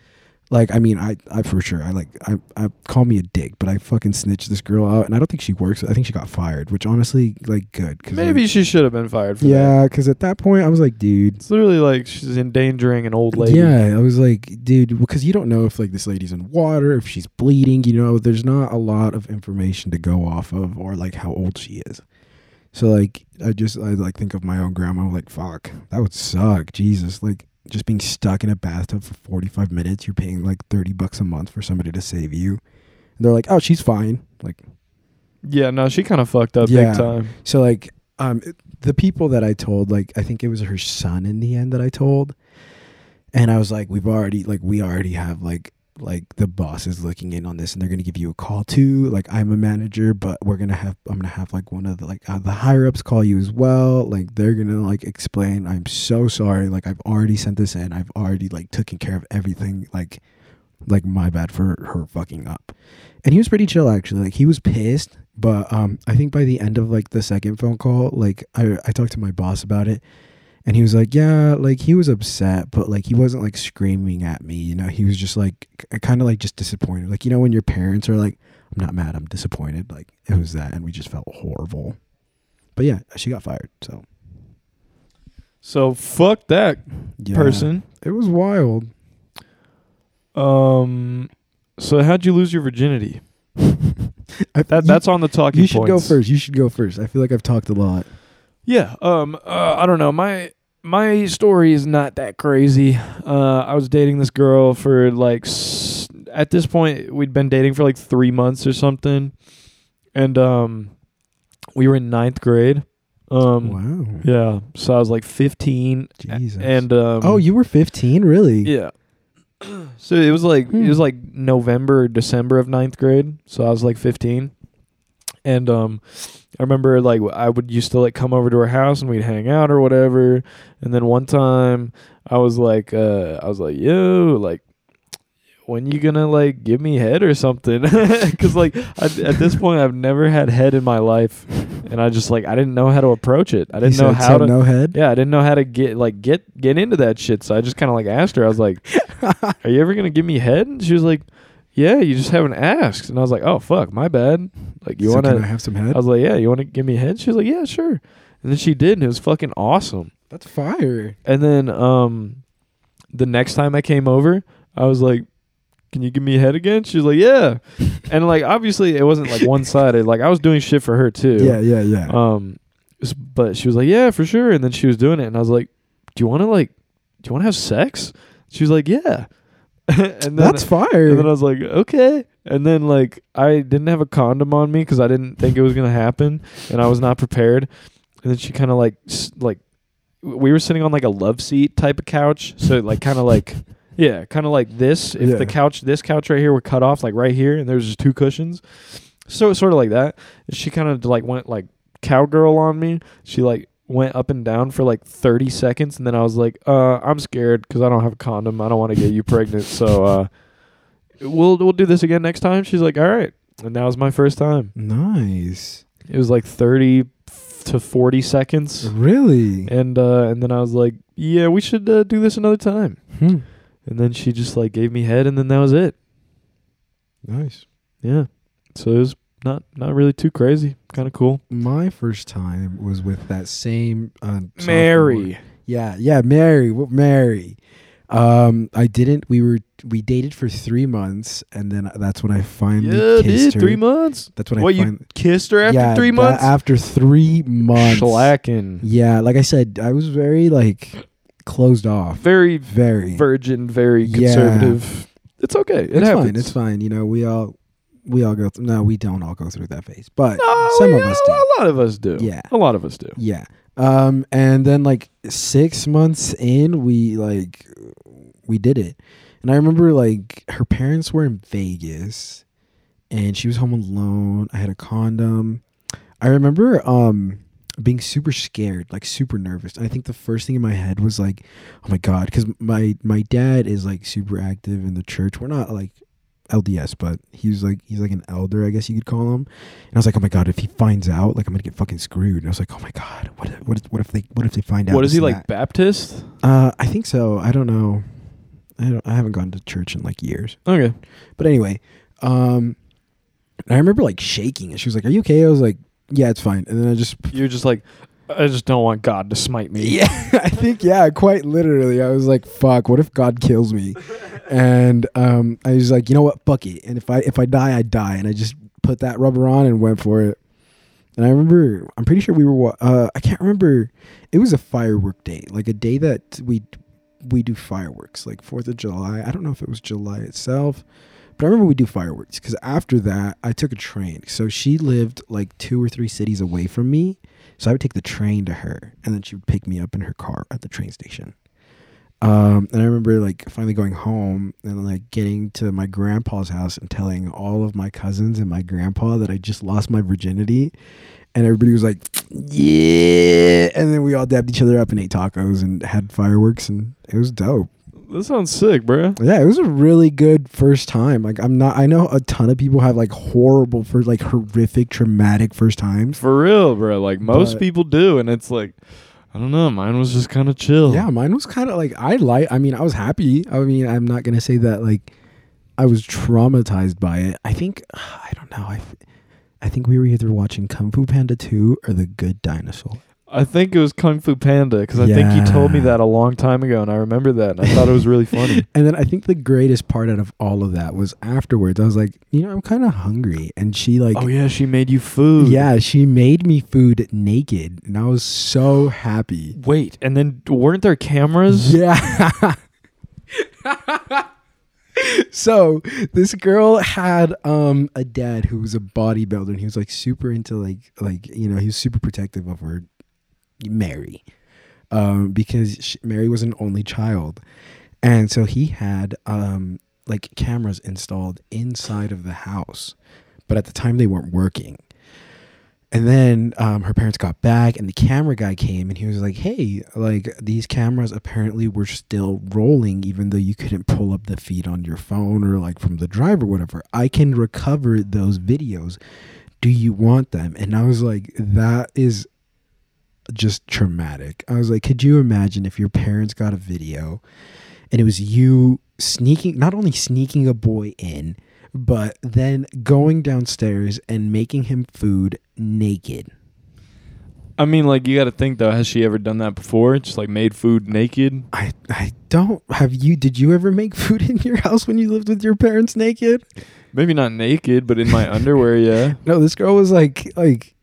S2: Like, I mean, I, I for sure, I like, I, I call me a dick, but I fucking snitched this girl out, and I don't think she works. I think she got fired, which honestly, like, good. Cause
S5: Maybe
S2: like,
S5: she should have been fired for that.
S2: yeah, because at that point, I was like, dude.
S5: It's literally like she's endangering an old lady.
S2: Yeah, I was like, dude, because you don't know if like this lady's in water, if she's bleeding. You know, there's not a lot of information to go off of, or like how old she is. So like, I just I like think of my own grandma. I'm like, fuck, that would suck. Jesus, like just being stuck in a bathtub for 45 minutes. You're paying like 30 bucks a month for somebody to save you. And they're like, oh, she's fine. Like,
S5: Yeah, no, she kind of fucked up
S2: Yeah.
S5: big time.
S2: so like um it- the people that I told like I think it was her son in the end that I told and I was like we've already like we already have like like the boss is looking in on this and they're going to give you a call too like I'm a manager but we're going to have I'm going to have like one of the like uh, the higher ups call you as well like they're going to like explain I'm so sorry like I've already sent this in I've already like taken care of everything like like my bad for her fucking up and he was pretty chill actually like he was pissed but um i think by the end of like the second phone call like i i talked to my boss about it and he was like yeah like he was upset but like he wasn't like screaming at me you know he was just like kind of like just disappointed like you know when your parents are like i'm not mad i'm disappointed like it was that and we just felt horrible but yeah she got fired so
S5: So fuck that
S2: yeah.
S5: person.
S2: it was wild
S5: Um, so how'd you lose your virginity?
S2: I,
S5: That
S2: you-
S5: that's on the talking.
S2: you should go
S5: points.
S2: first you should go first i feel like i've talked a lot
S5: Yeah. Um. Uh, I don't know. My my story is not that crazy. Uh, I was dating this girl for like s- at this point we'd been dating for like three months or something, and um, we were in ninth grade. Um.
S2: wow
S5: Yeah. So I was like fifteen. a-
S2: Jesus.
S5: And um.
S2: oh you were 15 really
S5: Yeah. So it was like
S2: Hmm.
S5: it was like November or December of ninth grade. So I was like fifteen, and um, I remember like I would used to like come over to her house and we'd hang out or whatever. And then one time I was like, uh, I was like, yo, like. When you gonna like give me head or something? Because like I, at this point, I've never had head in my life, and I just like I didn't know how to approach it. I
S2: He
S5: didn't
S2: said,
S5: know how
S2: "So
S5: to
S2: no head
S5: yeah, I didn't know how to get like get get into that shit. So I just kind of like asked her. I was like, "Are you ever gonna give me head?" And she was like, "Yeah, you just haven't asked." And I was like, "Oh fuck, my bad." Like you
S2: So
S5: want
S2: can I
S5: to?
S2: have some
S5: I
S2: head?
S5: was like, "Yeah, you want to give me head?" She was like, "Yeah, sure." And then she did, and it was fucking awesome.
S2: That's fire.
S5: And then um, the next time I came over, I was like. Can you give me head again? She was like, "Yeah," and like obviously it wasn't like one sided. Like I was doing shit for her too.
S2: Yeah, yeah, yeah.
S5: Um, s- but she was like, "Yeah, for sure." And then she was doing it, and I was like, "Do you want to like, do you want to have sex?" She was like, "Yeah." and then
S2: That's fire.
S5: and then I was like, "Okay." And then like I didn't have a condom on me because I didn't think it was gonna happen, and I was not prepared. And then she kind of like s- like w- we were sitting on like a love seat type of couch, so it, like kind of like. Yeah, kind of like this. If
S2: Yeah.
S5: the couch, this couch right here, were cut off, like right here, and there was just two cushions, so sort of like that. And she kind of like went like cowgirl on me. She like went up and down for like 30 seconds and then I was like, "Uh, I'm scared cuz I don't have a condom. I don't want to get you pregnant." So uh we'll we'll do this again next time." She's like, "All right." And that was my first time.
S2: nice.
S5: It was like 30 to 40
S2: Mm-hmm.
S5: seconds.
S2: Really?
S5: And uh and then I was like, "Yeah, we should uh, do this another time."
S2: Hmm.
S5: And then she just like gave me head and then that was it.
S2: Nice.
S5: Yeah. So it was not not really too crazy. Kind of cool.
S2: My first time was with that same uh, sophomore.
S5: Mary.
S2: Yeah, yeah, Mary. Wh- Mary. Um, I didn't. We were we dated for three months, and then that's when I finally
S5: Yeah,
S2: kissed
S5: dude,
S2: her.
S5: three months.
S2: That's when
S5: What,
S2: I
S5: you
S2: finally
S5: Kissed her after
S2: yeah,
S5: three
S2: that-
S5: months.
S2: After three months.
S5: Slacking.
S2: Yeah, like I said, I was very like closed off.
S5: Very
S2: Very.
S5: virgin, very
S2: Yeah.
S5: conservative. It's okay. It
S2: it's
S5: happens.
S2: fine. It's fine. You know, we all we all go. Th- no, we don't all go through that phase, but
S5: No,
S2: some
S5: we-
S2: of us
S5: a-
S2: do.
S5: A lot of us do.
S2: Yeah.
S5: A lot of us do.
S2: Yeah. Um, and then like six months in, we like we did it, and I remember like her parents were in Vegas, and she was home alone. I had a condom. I remember um being super scared, like super nervous. And I think the first thing in my head was like, "Oh my god," because my my dad is like super active in the church. We're not like LDS, but he's like he's like an elder, I guess you could call him. And I was like, "Oh my god, if he finds out, like I'm gonna get fucking screwed." And I was like, "Oh my god, what if, what if, what if they what if they find out?"
S5: what is
S2: this
S5: he
S2: and that?"
S5: like, Baptist?
S2: Uh, I think so. I don't know. I, don't, I haven't gone to church in like years.
S5: Okay.
S2: But anyway, um, I remember like shaking, and she was like, "Are you okay?" I was like, "Yeah, it's fine." And then I just,
S5: You're just like, I just don't want God to smite me.
S2: yeah, I think yeah, quite literally, I was like, "Fuck, what if God kills me?" And um, I was like, "You know what? Fuck it." And if I if I die, I die. And I just put that rubber on and went for it. And I remember, I'm pretty sure we were. wa- Uh, I can't remember. It was a firework day, like a day that we we do fireworks, like Fourth of July. I don't know if it was July itself, but I remember we do fireworks because after that, I took a train. So she lived like two or three cities away from me, so I would take the train to her, and then she would pick me up in her car at the train station. Um, and I remember like finally going home and like getting to my grandpa's house and telling all of my cousins and my grandpa that I just lost my virginity. And everybody was like, yeah. And then we all dabbed each other up and ate tacos and had fireworks. And it was dope.
S5: That sounds sick, bro.
S2: Yeah, it was a really good first time. Like, I'm not, I know a ton of people have like horrible, for like horrific, traumatic first times.
S5: For real, bro. Like most
S2: But-
S5: people do, and it's like, I don't know. Mine was just kind of chill.
S2: Yeah, mine was kind of like I like. I mean, I was happy. I mean, I'm not gonna say that like I was traumatized by it. I think I don't know. I, f- I think we were either watching Kung Fu Panda 2 or The Good Dinosaur.
S5: I think it was Kung Fu Panda because I think you told me
S2: Yeah.
S5: that a long time ago, and I remember that. And I thought it was really funny.
S2: And then I think the greatest part out of all of that was afterwards. I was like, you know, I'm kind of hungry, and she like.
S5: oh yeah, she made you food.
S2: Yeah, she made me food naked, and I was so happy.
S5: Wait, and then weren't there cameras?
S2: Yeah. so this girl had um a dad who was a bodybuilder and he was like super into like like you know he was super protective of her Mary um because she, Mary was an only child and so he had um like cameras installed inside of the house but at the time they weren't working and then um, her parents got back, and the camera guy came, and he was like, "Hey, like these cameras apparently were still rolling, even though you couldn't pull up the feed on your phone or like from the drive or whatever. I can recover those videos. Do you want them?" And I was like, "That is just traumatic." I was like, "Could you imagine if your parents got a video, and it was you sneaking, not only sneaking a boy in, but then going downstairs and making him food naked.
S5: I mean, like you got to think though. Has she ever done that before? Just like made food naked?
S2: I I don't have you. Did you ever make food in your house when you lived with your parents naked?
S5: Maybe not naked, but in my underwear. Yeah.
S2: No, this girl was like like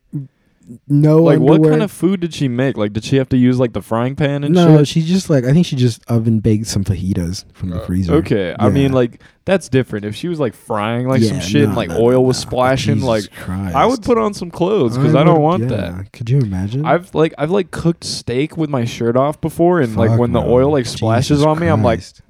S2: no
S5: Like
S2: underwear.
S5: what kind of food did she make? Like did she have to use like the frying pan and
S2: no,
S5: shit?
S2: she just like I think she just oven baked some fajitas from the freezer.
S5: Okay, I mean
S2: Yeah.
S5: like that's different. If she was like frying like some
S2: Yeah,
S5: shit
S2: no,
S5: and like
S2: no,
S5: oil
S2: no,
S5: was
S2: no.
S5: splashing,
S2: Jesus
S5: like
S2: Christ.
S5: I would put on some clothes because I, don't
S2: would-
S5: want
S2: yeah.
S5: that.
S2: Could you imagine?
S5: I've like I've like cooked steak with my shirt off before, and like
S2: Fuck,
S5: when the
S2: no.
S5: oil like splashes
S2: Jesus
S5: on me, I'm like,
S2: Christ.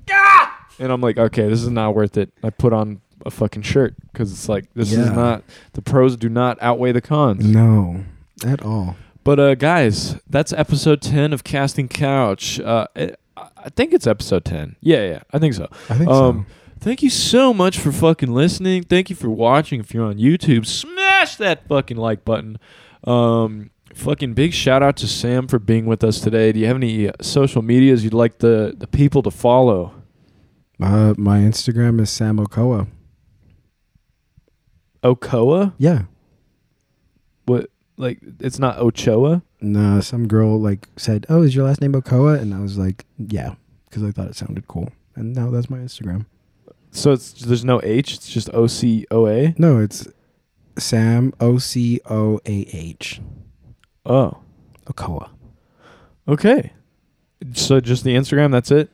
S5: and I'm like, okay, this is not worth it. I put on a fucking shirt because it's like this is
S2: Yeah. Mm.
S5: not the pros do not outweigh the cons.
S2: no, at all.
S5: But uh, guys, that's episode ten of Casting Couch. Uh, it, I I think it's episode ten. Yeah, yeah, I think so.
S2: I think
S5: Um, Thank you so much for fucking listening. Thank you for watching. If you're on YouTube, smash that fucking like button. Um, fucking big shout out to Sam for being with us today. Do you have any uh, social medias you'd like the, the people to follow?
S2: so. Uh, my Instagram is Sam Okoa.
S5: Okoa?
S2: Yeah.
S5: What? Like it's not Ochoa?
S2: And uh, some girl like said, "Oh, is your last name Okoa?" And I was like, "Yeah," because I thought it sounded cool. And now that's my Instagram.
S5: So it's there's no H. It's just O C O A.
S2: No, it's Sam O C O A H
S5: Oh,
S2: Okoa.
S5: okay. So just the Instagram. That's it.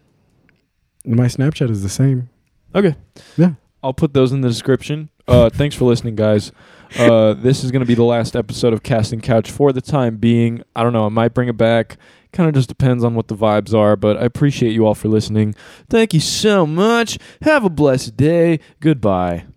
S2: My Snapchat is the same.
S5: Okay.
S2: Yeah.
S5: I'll put those in the description. Uh, thanks for listening, guys. Uh, this is going to be the last episode of Casting Couch for the time being. I don't know. I might bring it back. Kind of just depends on what the vibes are, but I appreciate you all for listening. Thank you so much. Have a blessed day. Goodbye.